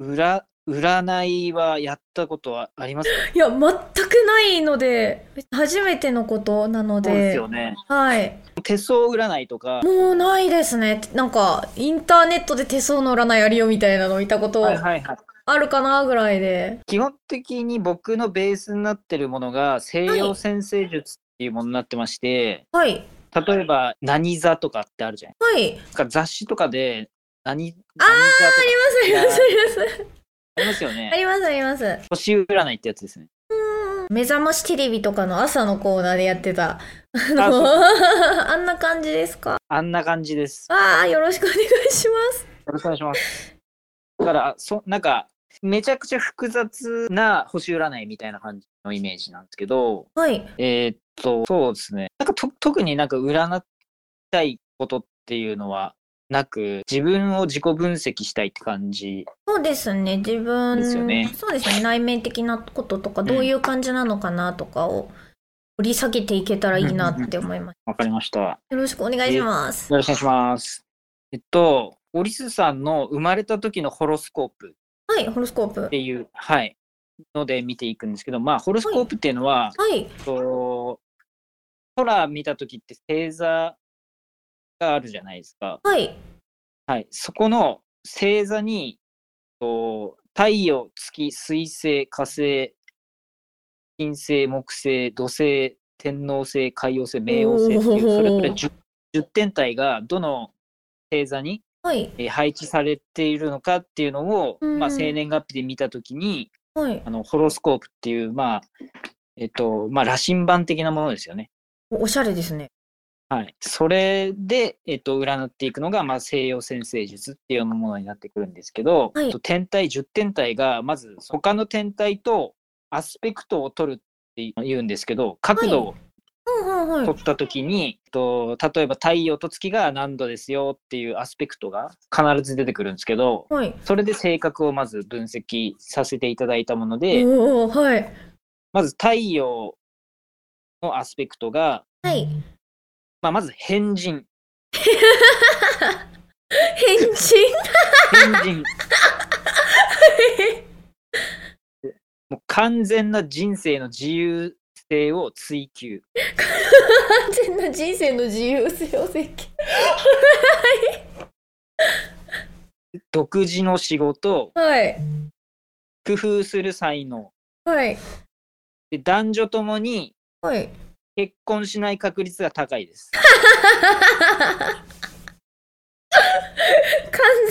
Speaker 3: 占占いはやったことはありますか
Speaker 2: いや全くないので初めてのことなので
Speaker 3: そうですよね。
Speaker 2: はい
Speaker 3: 手相占いとか、
Speaker 2: もうないですねなんかインターネットで手相の占いあるよみたいなの見たこと
Speaker 3: はいはいはい、
Speaker 2: あるかなぐらいで、
Speaker 3: 基本的に僕のベースになってるものが西洋先生術っていうものになってまして、
Speaker 2: はい
Speaker 3: 例えば「何座」とかってあるじゃない
Speaker 2: はい
Speaker 3: ですか雑誌とかで
Speaker 2: あ
Speaker 3: 何「
Speaker 2: ー
Speaker 3: 何座」
Speaker 2: あり
Speaker 3: とか
Speaker 2: ますあります
Speaker 3: ありますよ
Speaker 2: あ
Speaker 3: ね
Speaker 2: りますありますあります
Speaker 3: 星占いってやつですね。
Speaker 2: 目覚ましテレビとかの朝のコーナーでやってたあの
Speaker 3: あそう
Speaker 2: あんな感じですか
Speaker 3: あんな感じです。
Speaker 2: ああよろしくお願いします
Speaker 3: よろしくお願いします。だから、そなんか、めちゃくちゃ複雑な星占いみたいな感じのイメージなんですけど、
Speaker 2: はい
Speaker 3: えーっと、そうですね。なんかと特になんか占いたいことっていうのはなく、自分を自己分析したいって感じ。
Speaker 4: そうですね、自分、
Speaker 3: ですよね
Speaker 4: そうですね、内面的なこととか、どういう感じなのかなとかを掘り下げていけたらいいなって思います。
Speaker 3: わかりました。よ
Speaker 4: よろしくお願いします。
Speaker 3: ろしくお願いします。えっと、オリスさんの生まれた時のホロスコープ
Speaker 4: はい、ホロスコープ。
Speaker 3: っていう、はい、ので見ていくんですけど、まあ、ホロスコープっていうのは、
Speaker 4: はい、
Speaker 3: えっと空見た時って星座があるじゃないですか。
Speaker 4: はい、
Speaker 3: はい、そこの星座に、えっと太陽、月、水星、火星、金星、木星、土星、天王星、海王星、冥王星っていう
Speaker 2: おー
Speaker 3: それぞれ 10, 10天体がどの星座に
Speaker 4: はい、
Speaker 3: えー配置されているのかっていうのを、まあ、
Speaker 4: うん
Speaker 3: 生年月日で見た時に
Speaker 4: はい。
Speaker 3: あのホロスコープっていう、まあえっとまあ、羅針盤的なものですよね。
Speaker 4: おおしゃれですね。
Speaker 3: はい、それで、えっと、占っていくのが、まあ、西洋占星術っていうものになってくるんですけど、
Speaker 4: はい
Speaker 3: えっと天体10天体がまず他の天体とアスペクトを取るって言うんですけど角度を
Speaker 4: うんうんうん。
Speaker 3: 取った時に、えっと例えば太陽と月が何度ですよっていうアスペクトが必ず出てくるんですけど
Speaker 4: はい。
Speaker 3: それで性格をまず分析させていただいたもので、
Speaker 2: おおはい
Speaker 3: まず太陽のアスペクトが、
Speaker 4: はい。
Speaker 3: まあ、まず変人
Speaker 2: 変人
Speaker 3: 変人。もう完全な人生の自由性を追求。
Speaker 4: 完全な人生の自由性を設計。
Speaker 3: 独自の仕事、
Speaker 2: はい
Speaker 3: 工夫する才能。
Speaker 2: はい
Speaker 3: で男女ともに
Speaker 4: はい。
Speaker 3: 結婚しない確率が高いです。
Speaker 2: 完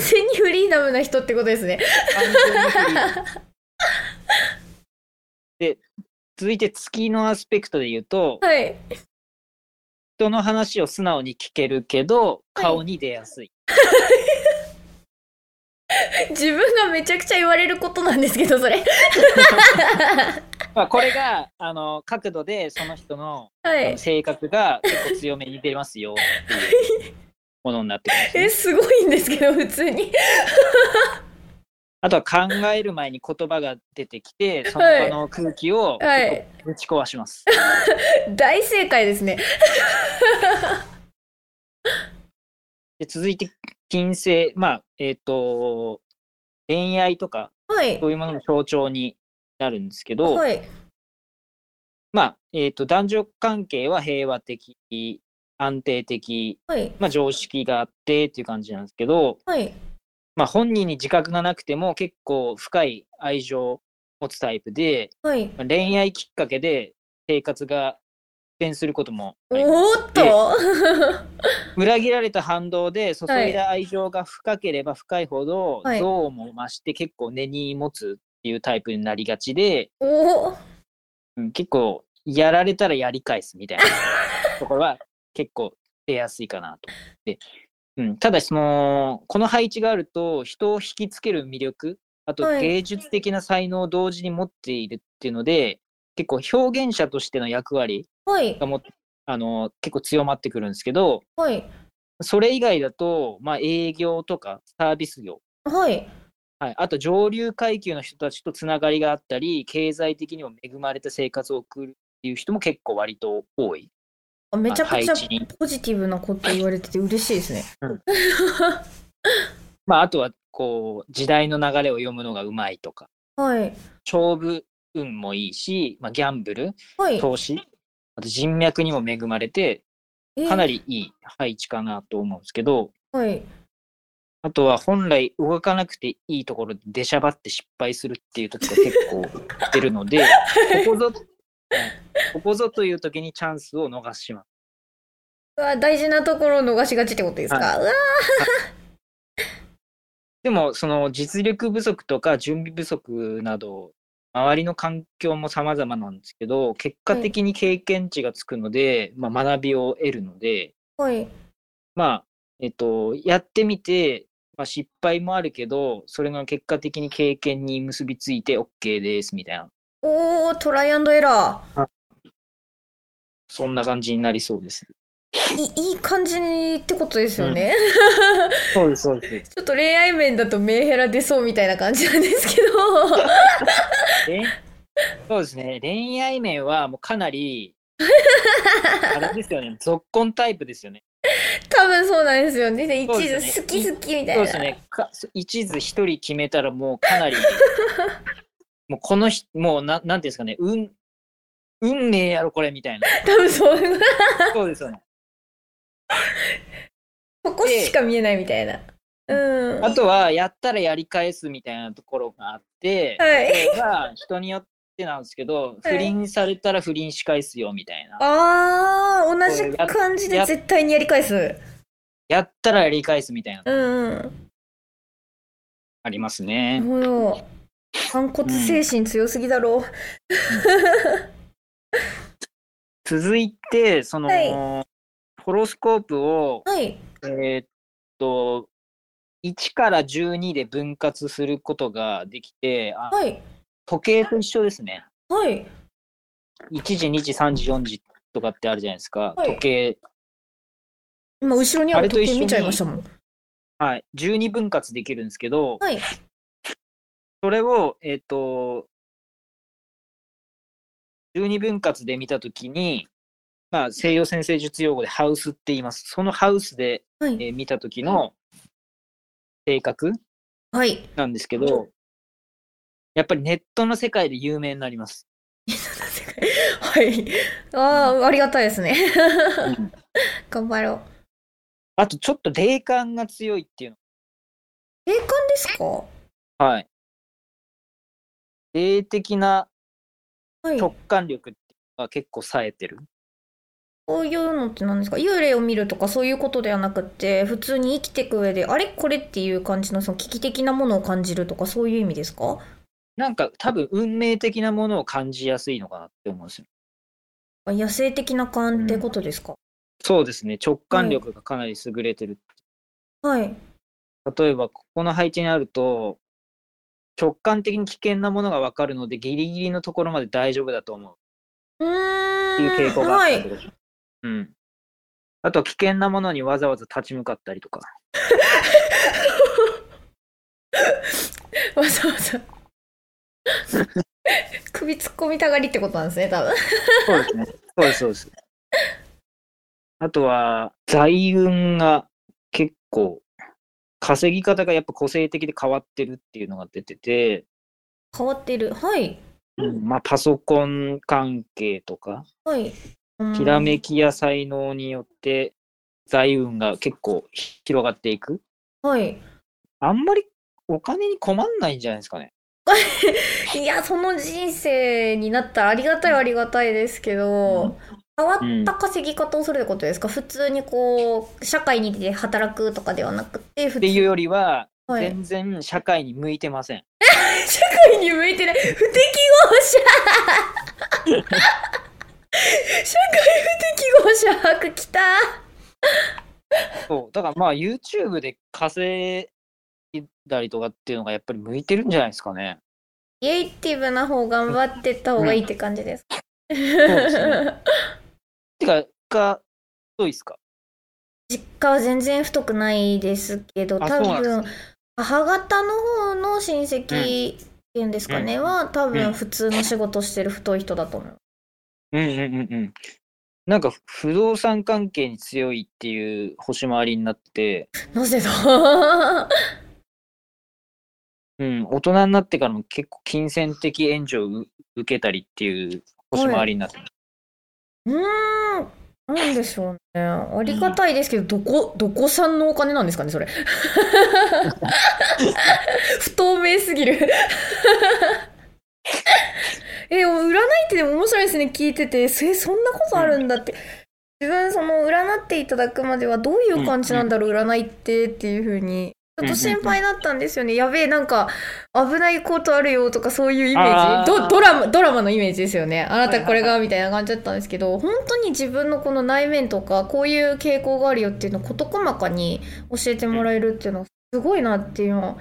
Speaker 2: 全にフリーダムな人ってことですね
Speaker 3: 完全にフリーで、続いて月のアスペクトで言うと、
Speaker 2: はい
Speaker 3: 人の話を素直に聞けるけど、顔に出やすい。
Speaker 2: 自分がめちゃくちゃ言われることなんですけどそれ
Speaker 3: まあ、これが、あの、角度でその人の
Speaker 2: は
Speaker 3: あ
Speaker 2: い
Speaker 3: の性格が結構強めに出ますよっていうものになってくるんです
Speaker 2: えす
Speaker 3: ね、
Speaker 2: ごいんですけど普通に
Speaker 3: あとは考える前に言葉が出てきて、その場の空気を
Speaker 2: はい
Speaker 3: 結構ぶち壊します。
Speaker 2: 大正解ですね
Speaker 3: で続いて、金星、まあ、えっ、と、恋愛とか、
Speaker 4: はい
Speaker 3: そ。ういうものの象徴になるんですけど、
Speaker 4: はい。
Speaker 3: まあ、えっ、と、男女関係は平和的、安定的、
Speaker 4: はい。
Speaker 3: まあ、常識があってっていう感じなんですけど、
Speaker 4: はい。
Speaker 3: まあ、本人に自覚がなくても結構深い愛情を持つタイプで、
Speaker 4: はい。
Speaker 3: まあ恋愛きっかけで生活が一変することもあります
Speaker 4: おーっと。
Speaker 3: 裏切られた反動で注いだ愛情が深ければ深いほど
Speaker 4: はい
Speaker 3: 憎悪も増して結構根に持つっていうタイプになりがちで、
Speaker 4: おー。
Speaker 3: うん結構やられたらやり返すみたい なところは結構出やすいかなと思って、うん、ただそのこの配置があると人を引きつける魅力あと
Speaker 4: はい
Speaker 3: 芸術的な才能を同時に持っているっていうので結構表現者としての役割
Speaker 4: はい
Speaker 3: が。もあの結構強まってくるんですけど
Speaker 4: はい。
Speaker 3: それ以外だと、まあ、営業とかサービス業、
Speaker 4: はい。
Speaker 3: はい、あと上流階級の人たちとつながりがあったり経済的にも恵まれた生活を送るっていう人も結構割と多い。
Speaker 4: あめちゃくちゃ
Speaker 3: 配置に
Speaker 4: ポジティブなこと言われてて嬉しいですね。
Speaker 3: まあ、あとはこう時代の流れを読むのがうまいとか
Speaker 4: はい。
Speaker 3: 勝負運もいいし、まあ、ギャンブル
Speaker 4: はい。
Speaker 3: 投資あと人脈にも恵まれて
Speaker 4: えー
Speaker 3: かな。りいい配置かなと思うんですけど、
Speaker 4: はい。
Speaker 3: あとは本来動かなくていいところで出しゃばって失敗するっていう時が結構出るので、ここぞ、ここぞという時にチャンスを逃します。
Speaker 2: うわ大事なところを逃しがちってことですか、
Speaker 3: は
Speaker 2: うわ
Speaker 3: でも、その実力不足とか準備不足など、周りの環境も様々なんですけど、結果的に経験値がつくので、まあ、学びを得るので、
Speaker 4: はい。
Speaker 3: まあ、えっと、やってみて、まあ、失敗もあるけど、それが結果的に経験に結びついて OK ですみたいな、
Speaker 4: おー、トライアンドエラ
Speaker 3: そんな感じになりそうです。
Speaker 4: ー。いいい感じにってことですよね。
Speaker 3: そうです、そう です。
Speaker 2: ちょっと恋愛面だとメンヘラ出そうみたいな感じなんです けど
Speaker 3: えそうですね。恋愛面はもうか なり、あれですよね。続婚タイプですよね。
Speaker 2: 多分そうなんですよねで一
Speaker 3: そう
Speaker 2: 途、
Speaker 3: ですね
Speaker 2: 好き好きみたい
Speaker 3: そ
Speaker 2: な
Speaker 3: うですね。か一途一人決めたらもう かなり、もうこの人、もうななんていうんですかね。運、運命やろ、これ、みたいな。
Speaker 2: 多分 そう
Speaker 3: そうですよね。
Speaker 2: ここしか見えないみたいなうん
Speaker 3: あとは、やったらやり返すみたいなところがあって、
Speaker 2: はい
Speaker 3: これが人によってなんですけど、
Speaker 2: はい
Speaker 3: 不倫されたら不倫し返すよ、みたいな。
Speaker 2: あー同じ感じで絶対にやり返す
Speaker 3: やったらやり返すみたいな。
Speaker 2: うんうん
Speaker 3: ありますね。
Speaker 2: なるほど
Speaker 4: 反骨精神強すぎだろう。
Speaker 3: 続いてその、
Speaker 2: はい
Speaker 3: ホロスコープを
Speaker 4: はい。
Speaker 3: えーっと1から12で分割することができてあ
Speaker 4: はい。
Speaker 3: 時計と一緒ですね
Speaker 4: はい。
Speaker 3: 1時2時3時4時とかってあるじゃないですか、
Speaker 4: はい
Speaker 3: 時計
Speaker 4: 今、後ろにあ
Speaker 3: あ
Speaker 4: る
Speaker 3: れと
Speaker 4: 時
Speaker 3: 一緒
Speaker 4: 計
Speaker 3: に
Speaker 4: 見ちゃいましたもん。
Speaker 3: はい12分割できるんですけど、
Speaker 4: はい
Speaker 3: それをえーっと12分割で見たときに、まあ、西洋先生術用語でハウスって言いますそのハウスで
Speaker 4: はい。
Speaker 3: えー見た時の性格
Speaker 4: はい。
Speaker 3: なんですけど、やっぱりネットの世界で有名になります。
Speaker 2: はい。ああ、ありがたいですね。 頑張ろう。
Speaker 3: あとちょっと霊感が強いっていう
Speaker 2: 霊感ですかは。
Speaker 3: の。はい。霊的ない直感力っていうのは結構冴えてる。
Speaker 2: こういうのって何ですか幽霊を見るとかそういうことではなくって、普通に生きていく上で、あれこれっていう感じの、その危機的なものを感じるとか、そういう意味ですか
Speaker 3: なんか多分運命的なものを感じやすいのかなって思うんですよ。
Speaker 2: あ野生的な感ってことですか、
Speaker 3: そうですね。直感力がかなり優れてる。
Speaker 2: はい。
Speaker 3: 例えばここの配置にあると直感的に危険なものが分かるのでギリギリのところまで大丈夫だと思う
Speaker 2: うーん。
Speaker 3: っていう傾向が
Speaker 2: は
Speaker 3: あった
Speaker 2: い
Speaker 3: り。とか、うん、あとは危険なものにわざわざ立ち向かったりとか
Speaker 2: わざわざ 首突っ込みたがりってことなんですね多分
Speaker 3: そうですねそうですそうですあとは財運が結構稼ぎ方がやっぱ個性的で変わってるっていうのが出てて、
Speaker 2: 変わってるはい
Speaker 3: うんまあ、パソコン関係とか
Speaker 2: はい
Speaker 3: ひらめきや才能によって財運が結構広がっていく。
Speaker 2: うんはい
Speaker 3: あんまりお金に困んないんじゃないですかね。
Speaker 2: いやその人生になったらありがたいはありがたいですけど、変わった稼ぎ方をするってことですか、普通にこう社会に出て働くとかではなくて普
Speaker 3: って
Speaker 2: 通
Speaker 3: いうよりは、
Speaker 2: はい
Speaker 3: 全然社会に向いてません。
Speaker 2: 社会に向いてない不適合者 社会不適合者白きた
Speaker 3: そうだからまあ YouTube で稼いだりとかっていうのがやっぱり向いてるんじゃないですかね。
Speaker 2: クリエイティブな方頑張ってった方がいいって感じですか、
Speaker 3: そうですねてか、かどうですか
Speaker 2: 実家は全然太くないですけど
Speaker 3: あ
Speaker 2: 多
Speaker 3: そうなん
Speaker 2: 分母方の方の親戚っていうんですかね、
Speaker 3: うん
Speaker 2: は多
Speaker 3: う
Speaker 2: 分
Speaker 3: ん
Speaker 2: 普通の仕事してる太い人だと思う、
Speaker 3: うんうんうんうん。なんか不動産関係に強いっていう星回りになってて、
Speaker 2: なぜだ
Speaker 3: うん、大人になってからも結構金銭的援助をう受けたりっていう星回りになって、
Speaker 2: うーんなんでしょうねありがたいですけどどこどこさんのお金なんですかねそ れ不透明すぎる え占いってでも面白いですね聞いててえそんなことあるんだって、自分その占っていただくまではどういう感じなんだろう、占いってっていう風にちょっと心配だったんですよね、やべえなんか危ないことあるよとかそういうイメー
Speaker 3: あー
Speaker 2: ジドドラマドラマのイメージですよねあな
Speaker 3: はいはい
Speaker 2: た
Speaker 3: はい
Speaker 2: これがみたいな感じだったんですけど本当に自分のこの内面とかこういう傾向があるよっていうのを事細かに教えてもらえるっていうのはすごいなっていうのは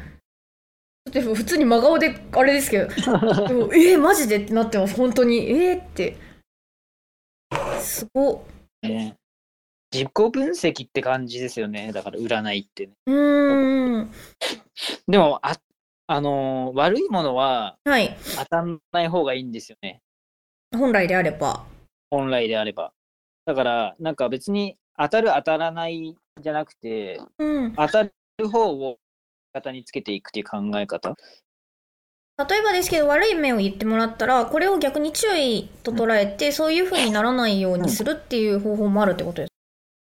Speaker 2: ちょっと普通に真顔であれですけど でもえー、マジでってなってます本当にえー、ってすごっ
Speaker 3: ね自己分析って感じですよねだから占いってね
Speaker 2: うーん
Speaker 3: でもああのー悪いものは
Speaker 2: はい
Speaker 3: 当たんない方がいいんですよね
Speaker 2: 本来であれば
Speaker 3: 本来であればだからなんか別に当たる当たらないじゃなくて
Speaker 2: うん
Speaker 3: 当たる方を方につけていくっていう考え方
Speaker 2: 例えばですけど悪い面を言ってもらったらこれを逆に注意と捉えて、そういう風にならないようにするっていう方法もあるってことです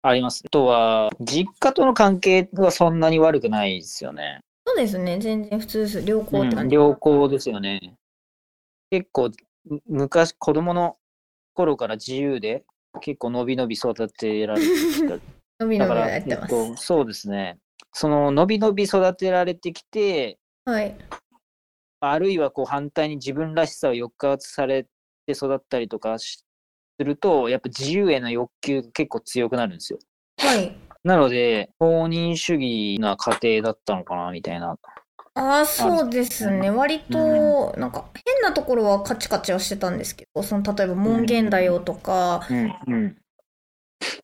Speaker 3: ありますあとは実家との関係はそんなに悪くないですよね
Speaker 2: そうですね全然普通です良好って
Speaker 3: う
Speaker 2: 感
Speaker 3: ん
Speaker 2: じ、
Speaker 3: 良好ですよね。結構、む昔、子供の頃から自由で、結構のびのび育てられてき た。
Speaker 2: 伸び伸
Speaker 3: だ
Speaker 2: び
Speaker 3: から、
Speaker 2: やってます、
Speaker 3: えっとそうですね。その、のびのび育てられてきて、
Speaker 2: はい
Speaker 3: あるいはこう反対に自分らしさを抑圧されて育ったりとかしすると、やっぱ自由への欲求が結構強くなるんですよ。
Speaker 2: はい
Speaker 3: なので、放任主義な家庭だったのかな、みたいな。
Speaker 2: ああそうですね割となんか変なところはカチカチはしてたんですけどその例えば門限だよとか、
Speaker 3: うん、うん。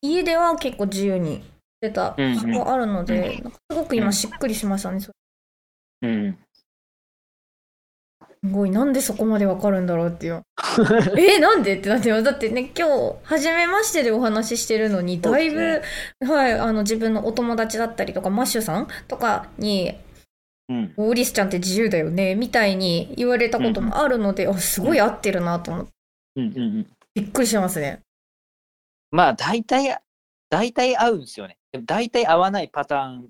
Speaker 2: 家では結構自由にしてた
Speaker 3: うんうん
Speaker 2: そこあるので、なんかすごく
Speaker 3: う
Speaker 2: 今
Speaker 3: ん
Speaker 2: しっくりしましたねそれ
Speaker 3: うん。
Speaker 2: すごいなんでそこまでわかるんだろうっていうえなんでってなってますだってね今日初めましてでお話ししてるのにだいぶ、
Speaker 3: そうで
Speaker 2: はい、あの自分のお友達だったりとかマッシュさんとかに
Speaker 3: うん。
Speaker 2: オーリスちゃんって自由だよねみたいに言われたこともあるので、あすごい合ってるなと思って
Speaker 3: うんうんうん。
Speaker 2: びっくりしますね。
Speaker 3: まあ、大体、大体合うんですよね。でも大体合わないパターン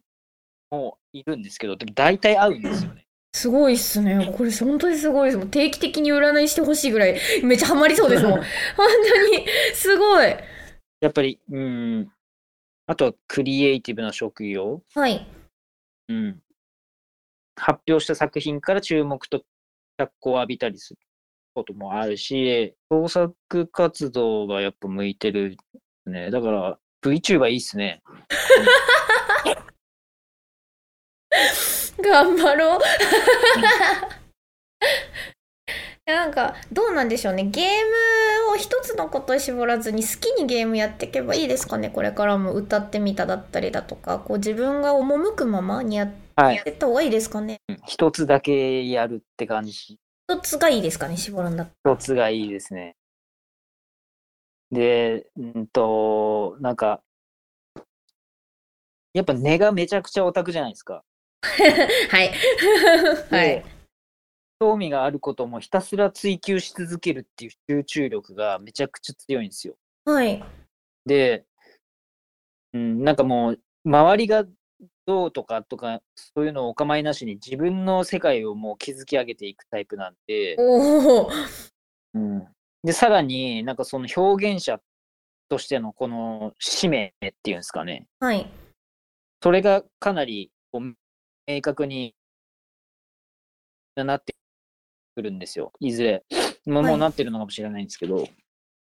Speaker 3: もいるんですけど、でも大体合うんですよね。
Speaker 2: すごいっすね。これ本当にすごいです。もう定期的に占いしてほしいぐらいめっちゃハマりそうです もん。本当にすごい。
Speaker 3: やっぱり、うん。あとは、クリエイティブな職業。
Speaker 2: はい。
Speaker 3: うん。発表した作品から注目と脚光を浴びたりすることもあるし、創作活動がやっぱ向いてるね。だから、VTuber いいっすね。
Speaker 2: 頑張ろう。 なんかどうなんでしょうね。ゲームを一つのことに絞らずに好きにゲームやっていけばいいですかね。これからも歌ってみただったりだとか、こう自分が赴くままにやっ
Speaker 3: はい。
Speaker 2: てった方がいいですかね。
Speaker 3: うん一つだけやるって感じ。
Speaker 2: 一つがいいですかね。絞るんだったら
Speaker 3: 一つがいいですね。で、うんと、なんか、やっぱ根がめちゃくちゃオタクじゃないですか。
Speaker 2: はい。はい
Speaker 3: で。興味があることもひたすら追求し続けるっていう集中力がめちゃくちゃ強いんですよ。
Speaker 2: はい。
Speaker 3: で、うん、なんかもう、周りがどうとかとか、そういうのをお構いなしに自分の世界をもう築き上げていくタイプなんで、
Speaker 2: おお。
Speaker 3: うん、で、さらになんかその表現者としてのこの使命っていうんですかね、
Speaker 2: はい。
Speaker 3: それがかなりこう明確になってくるんですよ、いずれ。もう
Speaker 2: はい
Speaker 3: もうなってるのかもしれないんですけど。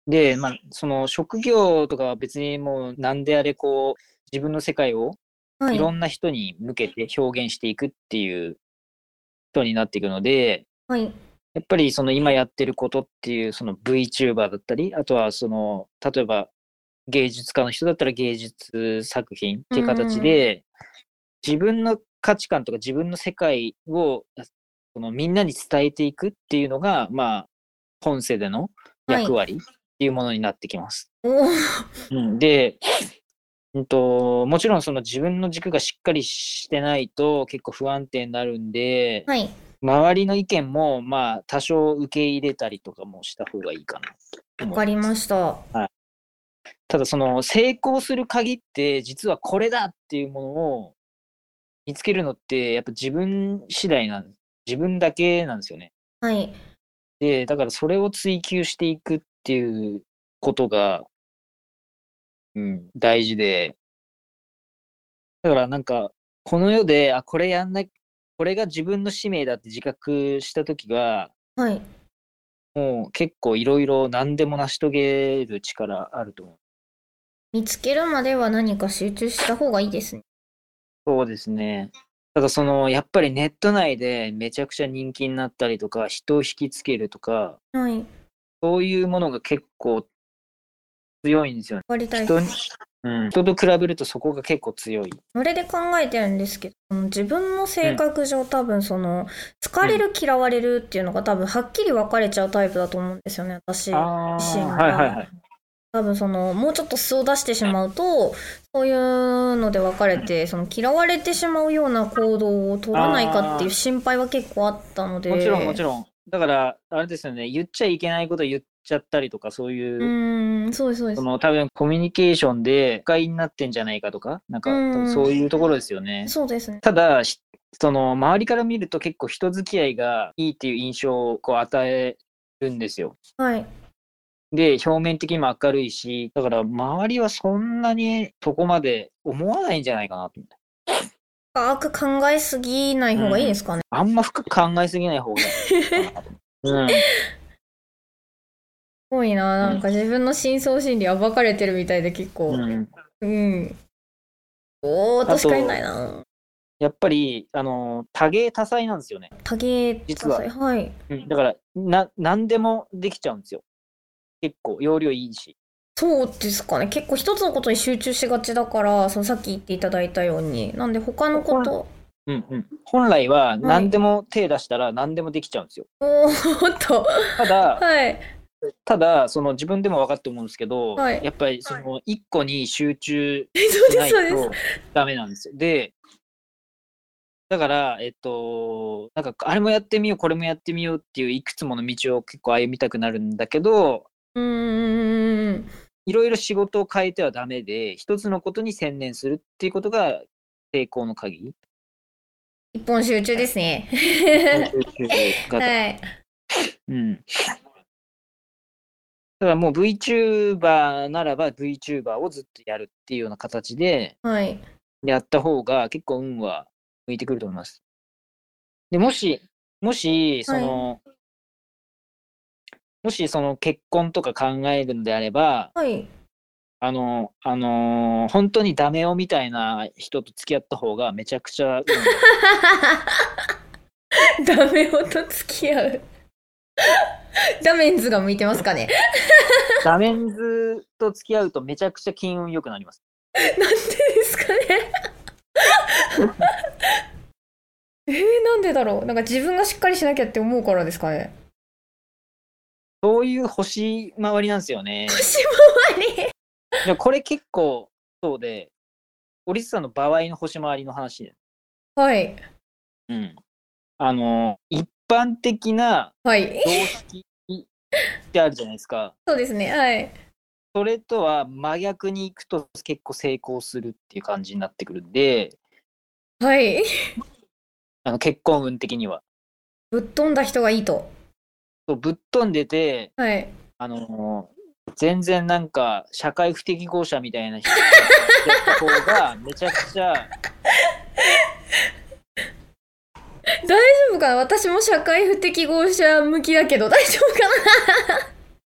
Speaker 3: で、まあ、その職業とかは別にもう何であれこう自分の世界を
Speaker 2: はいい。
Speaker 3: ろんな人に向けて表現していくっていう人になっていくので、
Speaker 2: はい。
Speaker 3: やっぱりその今やってることっていうその VTuber だったり、あとはその例えば芸術家の人だったら芸術作品っていう形で、自分の価値観とか自分の世界をそのみんなに伝えていくっていうのが、まあ、本世での役割っていうものになってきます。
Speaker 2: おー
Speaker 3: うんで、うんと、もちろんその自分の軸がしっかりしてないと結構不安定になるんで、
Speaker 2: はい。
Speaker 3: 周りの意見もまあ多少受け入れたりとかもした方がいいかな。
Speaker 2: わかりました。
Speaker 3: ただその成功する鍵って実はこれだっていうものを見つけるのってやっぱ自分次第なん自分だけなんですよね。
Speaker 2: はい。
Speaker 3: でだからそれを追求していくっていうことが、うん、大事でだからなんかこの世であこれやんなこれが自分の使命だって自覚した時は
Speaker 2: はい。
Speaker 3: もう結構いろいろ何でも成し遂げる力あると思う。
Speaker 2: 見つけるまでは何か集中した方がいいですね。
Speaker 3: そうですね。ただそのやっぱりネット内でめちゃくちゃ人気になったりとか人を引きつけるとか
Speaker 2: はい。わ
Speaker 3: そういうものが結構強いんですよね。
Speaker 2: かりたい
Speaker 3: 人
Speaker 2: で
Speaker 3: に
Speaker 2: す。
Speaker 3: うん、人と比べるとそこが結構強い。
Speaker 2: それで考えてるんですけど、その自分の性格上、多分その、好かれる、嫌われるっていうのが多分はっきり分かれちゃうタイプだと思うんですよね、私。
Speaker 3: あ
Speaker 2: 自
Speaker 3: ー
Speaker 2: 身が
Speaker 3: はいはいはい。
Speaker 2: 多分その、もうちょっと素を出してしまうと、そういうので分かれて、その嫌われてしまうような行動を取らないかっていう心配は結構あったので。
Speaker 3: もちろんもちろん。だからあれですよね言っちゃいけないこと言っちゃったりとかそういう。
Speaker 2: うーん、そうです、そうです
Speaker 3: そ。の多分コミュニケーションで不快になってんじゃないかとか、なんか
Speaker 2: うん
Speaker 3: 多分そういうところですよね。
Speaker 2: そうですね。
Speaker 3: ただ、しその周りから見ると結構人付き合いがいいっていう印象をこう与えるんですよ。
Speaker 2: はい。
Speaker 3: で、表面的にも明るいし、だから周りはそんなにそこまで思わないんじゃないかなと思って。
Speaker 2: 深く考えすぎない方がいいですかね。
Speaker 3: あんま深く考えすぎない方がいいかなと思って。
Speaker 2: すごいな、なんか自分の深層心理暴かれてるみたいで結
Speaker 3: う
Speaker 2: 構
Speaker 3: ん。。うん
Speaker 2: うん。おお、
Speaker 3: あと
Speaker 2: 確かにないな。
Speaker 3: やっぱり、あの、多芸多彩なんですよね。
Speaker 2: 多芸多
Speaker 3: 実は
Speaker 2: 彩はい。
Speaker 3: だから、な、何でもできちゃうんですよ。結構、容量いいし。
Speaker 2: そうですかね。結構一つのことに集中しがちだから、そのさっき言っていただいたように。なんで他のこと。
Speaker 3: うんうん、本来は何でも手出したら何でもできちゃうんですよ。
Speaker 2: おお、ほんと。
Speaker 3: ただ、
Speaker 2: はい。
Speaker 3: ただその自分でも分かって思うんですけど、
Speaker 2: はい
Speaker 3: やっぱりその一個に集中
Speaker 2: そう
Speaker 3: し
Speaker 2: で
Speaker 3: な
Speaker 2: す、
Speaker 3: い
Speaker 2: そうです
Speaker 3: と。ダメなんですよ。で、だから、えっと、なんか、あれもやってみよう、これもやってみようっていう、いくつもの道を結構歩みたくなるんだけど、
Speaker 2: うんうんうん
Speaker 3: いろいろ仕事を変えてはダメで、一つのことに専念するっていうことが成功の鍵。
Speaker 2: 一本集中ですね
Speaker 3: が
Speaker 2: はい
Speaker 3: うん。ただもう VTuber ならば VTuber をずっとやるっていうような形で
Speaker 2: はい
Speaker 3: やった方が結構運は向いてくると思います。で、もし、もし、その、もしその結婚とか考えるんであれば、
Speaker 2: はい
Speaker 3: あの、あのー本当にダメ男みたいな人と付き合った方がめちゃくちゃ、うん
Speaker 2: ダメ男と付き合うダメンズが向いてますかね
Speaker 3: ダメンズと付き合うとめちゃくちゃ金運良くなります。
Speaker 2: なんでですかねえー、なんでだろうなんか自分がしっかりしなきゃって思うからですかね
Speaker 3: そういう星回りなんですよね。
Speaker 2: 腰回り
Speaker 3: いやこれ結構そうで、オリスさんの場合の星回りの話で。
Speaker 2: はい
Speaker 3: うん。あの、一般的な
Speaker 2: はい
Speaker 3: 常識ってあるじゃないですか。
Speaker 2: そうですねはい
Speaker 3: それとは真逆に行くと結構成功するっていう感じになってくるんで、
Speaker 2: はい
Speaker 3: あの結婚運的には。
Speaker 2: ぶっ飛んだ人がいいと
Speaker 3: そうぶっ飛んでて、
Speaker 2: はい
Speaker 3: あの全然なんか社会不適合者みたいな人やった方がめちゃくちゃ
Speaker 2: 大丈夫かな私も社会不適合者向きだけど大丈夫かな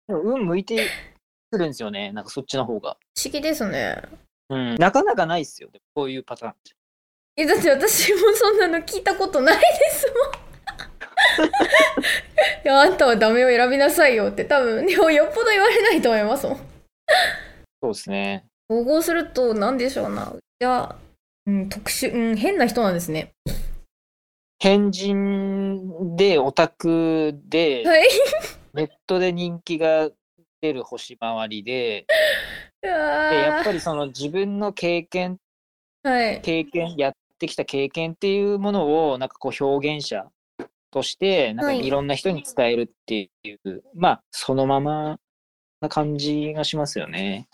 Speaker 3: でも運向いてくるんですよねなんかそっちの方が、
Speaker 2: 不思議ですね
Speaker 3: うん、なかなかないっすよでもこういうパターン
Speaker 2: えだって私もそんなの聞いたことないですもんいやあんたはダメを選びなさいよって多分でもよっぽど言われないと思いますもん
Speaker 3: そうですね
Speaker 2: 統合すると何でしょうなじゃあ、うん、特殊、うん、変な人なんですね
Speaker 3: 変人でオタクで
Speaker 2: はい
Speaker 3: ネットで人気が出る星回りで
Speaker 2: う
Speaker 3: でやっ
Speaker 2: わ
Speaker 3: ぱりその自分の経験
Speaker 2: ーはい
Speaker 3: 経験やってきた経験っていうものをなんかこう表現者としてなんか
Speaker 2: はい
Speaker 3: いろんな人に伝えるっていう、まあそのままな感じがしますよね。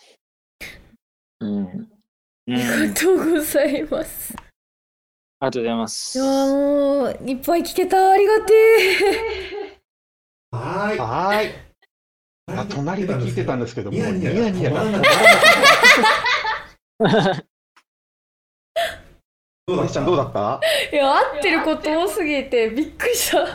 Speaker 3: うん。う
Speaker 2: ありが、
Speaker 3: ん
Speaker 2: とうございます
Speaker 3: ありがとうございま
Speaker 2: い
Speaker 3: す。
Speaker 2: や
Speaker 3: は
Speaker 2: もういっぱい聞けたありがて
Speaker 5: はーい。
Speaker 6: はーい。あ
Speaker 5: あ
Speaker 6: 隣で聞いてたんですけども、
Speaker 5: ニヤニヤ
Speaker 6: ニヤニヤ
Speaker 5: 止まらな
Speaker 6: が
Speaker 5: い。どうだ
Speaker 6: お
Speaker 5: っ
Speaker 6: じち
Speaker 5: た
Speaker 6: ゃんどうだった
Speaker 2: えい や合ってること多すぎてびっくりした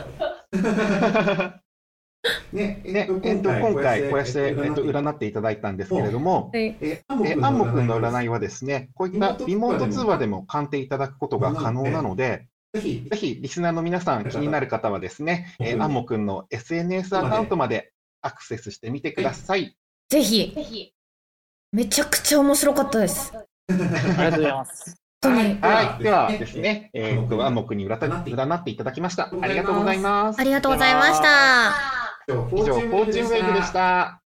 Speaker 5: ね
Speaker 6: ね、えっと、今回、こうやって、えっと、占っていただいたんですけれども、
Speaker 2: はい
Speaker 5: え、
Speaker 6: え
Speaker 5: ア
Speaker 6: アン
Speaker 5: ン
Speaker 6: モ
Speaker 5: モ
Speaker 6: 君
Speaker 5: 君
Speaker 6: の
Speaker 5: の占
Speaker 6: 占い
Speaker 5: い
Speaker 6: はですね、こういったリモート通話でも鑑定いただくことが可能なので、
Speaker 5: ぜひ
Speaker 6: ぜ、ひリスナーの皆さん気になる方はですね、えーアンモ君の SNS アカウントまでアクセスしてみてください。
Speaker 2: ぜひめちゃくちゃ面白かったです
Speaker 3: ありがとうございます。
Speaker 2: 本当に
Speaker 6: はい、ではですね、えーっと、アンモ君に占って占っていただきました。ありがとうございます
Speaker 2: あ。りがとうございました
Speaker 5: 以上、フ
Speaker 6: 以上、フォーチュンウェイブでし。た。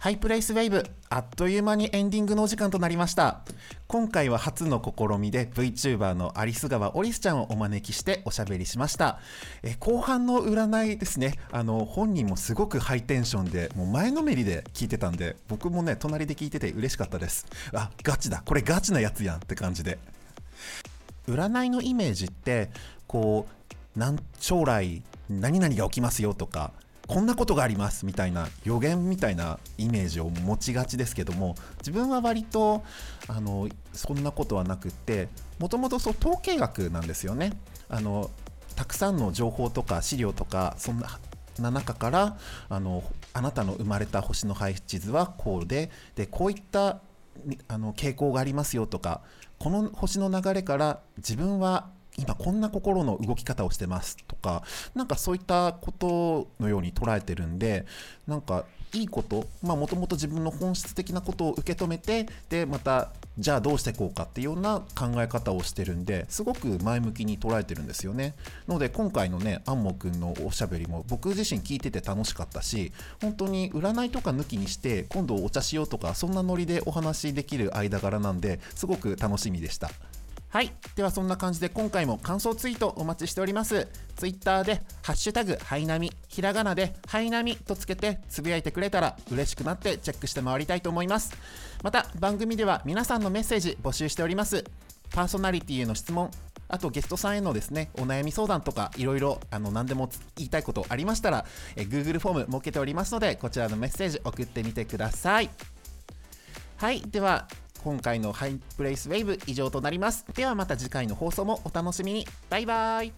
Speaker 1: ハイプレイスウェイブあっという間にエンディングのお時間となりました今回は初の試みで VTuber のアリス川オリスちゃんをお招きしておしゃべりしましたえ後半の占いですねあの本人もすごくハイテンションでもう前のめりで聞いてたんで僕もね隣で聞いてて嬉しかったですあガチだこれガチなやつやんって感じで占いのイメージってこうなん将来何々が起きますよとかこんなことがありますみたいな予言みたいなイメージを持ちがちですけども自分は割とあのそんなことはなくってもともとそう統計学なんですよねあのたくさんの情報とか資料とかそんなな中からあのあなたの生まれた星の配置図はこうででこういったにあの傾向がありますよとかこの星の流れから自分は今こんな心の動き方をしてますとかなんかそういったことのように捉えてるんでなんかいいこともともと自分の本質的なことを受け止めてでまたじゃあどうしていこうかっていうような考え方をしてるんですごく前向きに捉えてるんですよね。ので今回のねあんもくんのおしゃべりも僕自身聞いてて楽しかったし本当に占いとか抜きにして今度お茶しようとかそんなノリでお話しできる間柄なんですごく楽しみでした。はい。ではそんな感じで今回も感想ツイートお待ちしております。ツイッターで、ハッシュタグ、ハイナミ、ひらがなで、ハイナミとつけてつぶやいてくれたら嬉しくなってチェックして回りたいと思います。また番組では皆さんのメッセージ募集しております。パーソナリティへの質問、あとゲストさんへのですね、お悩み相談とかいろいろあの何でも言いたいことありましたら、え Google フォーム設けておりますので、こちらのメッセージ送ってみてください。はい、では今回のハイプレイスウェーブ以上となります。ではまた次回の放送もお楽しみに。バイバイ。